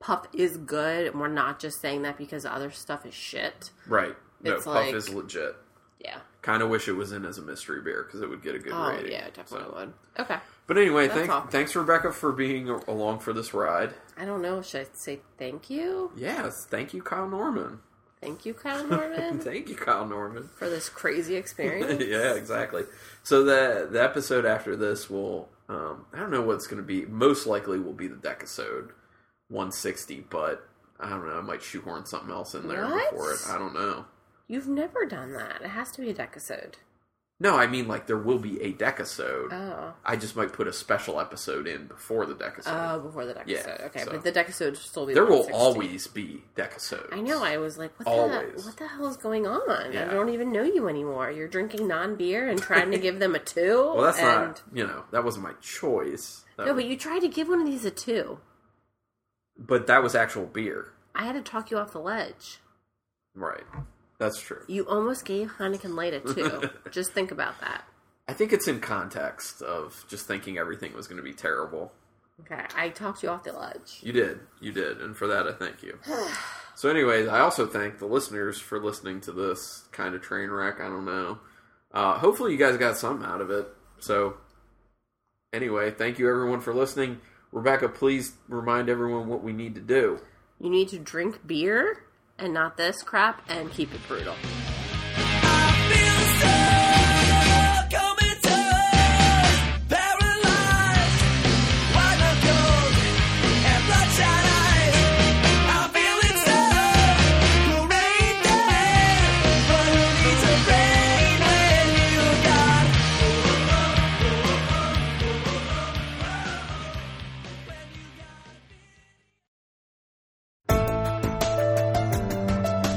[SPEAKER 2] Puff is good, and we're not just saying that because other stuff is shit.
[SPEAKER 1] Right. No,
[SPEAKER 2] It's
[SPEAKER 1] puff
[SPEAKER 2] like-
[SPEAKER 1] is legit.
[SPEAKER 2] Yeah.
[SPEAKER 1] Kind of wish it was in as a mystery beer because it would get a good
[SPEAKER 2] Oh
[SPEAKER 1] rating.
[SPEAKER 2] yeah, definitely
[SPEAKER 1] So-
[SPEAKER 2] would. Okay.
[SPEAKER 1] But anyway,
[SPEAKER 2] That's all.
[SPEAKER 1] thank, thanks Rebecca for being a- along for this ride.
[SPEAKER 2] I don't know. Should I say thank you?
[SPEAKER 1] Yes, thank you, Kyle Norman.
[SPEAKER 2] Thank you, Kyle Norman,
[SPEAKER 1] Thank you, Kyle Norman.
[SPEAKER 2] for this crazy experience.
[SPEAKER 1] yeah, exactly. So the the episode after this will um, I don't know what it's going to be. Most likely will be the Decasode 160, but I don't know. I might shoehorn something else in there
[SPEAKER 2] What?
[SPEAKER 1] before it. I don't know.
[SPEAKER 2] You've never done that. It has to be a decasode.
[SPEAKER 1] No, I mean like there will be a Decasode.
[SPEAKER 2] Oh.
[SPEAKER 1] I just might put a special episode in before the Decasode.
[SPEAKER 2] Oh, before the decasode.
[SPEAKER 1] Yeah,
[SPEAKER 2] okay,
[SPEAKER 1] so-
[SPEAKER 2] but the decasode will still be
[SPEAKER 1] there
[SPEAKER 2] the
[SPEAKER 1] will
[SPEAKER 2] 160.
[SPEAKER 1] always be Decasodes.
[SPEAKER 2] I know. I was like, what the
[SPEAKER 1] Always.
[SPEAKER 2] what the hell is going on?
[SPEAKER 1] Yeah.
[SPEAKER 2] I don't even know you anymore. You're drinking non beer and trying to give them a two.
[SPEAKER 1] Well, that's
[SPEAKER 2] and...
[SPEAKER 1] not you know that wasn't my choice. That
[SPEAKER 2] No,
[SPEAKER 1] was-
[SPEAKER 2] but you tried to give one of these a two.
[SPEAKER 1] but that was actual beer,
[SPEAKER 2] I had to talk you off the ledge.
[SPEAKER 1] right? That's true.
[SPEAKER 2] You almost gave Heineken Light a two. Just think about that.
[SPEAKER 1] I think it's in context of just thinking everything was going to be terrible.
[SPEAKER 2] Okay, I talked you off the ledge.
[SPEAKER 1] You did. You did. And for that, I thank you. so, anyways, I also thank the listeners for listening to this kind of train wreck. I don't know. Uh, hopefully, you guys got something out of it. So, anyway, thank you everyone for listening. Rebecca, please remind everyone what we need to do.
[SPEAKER 2] You need to drink beer and not this crap and keep it brutal.
[SPEAKER 3] This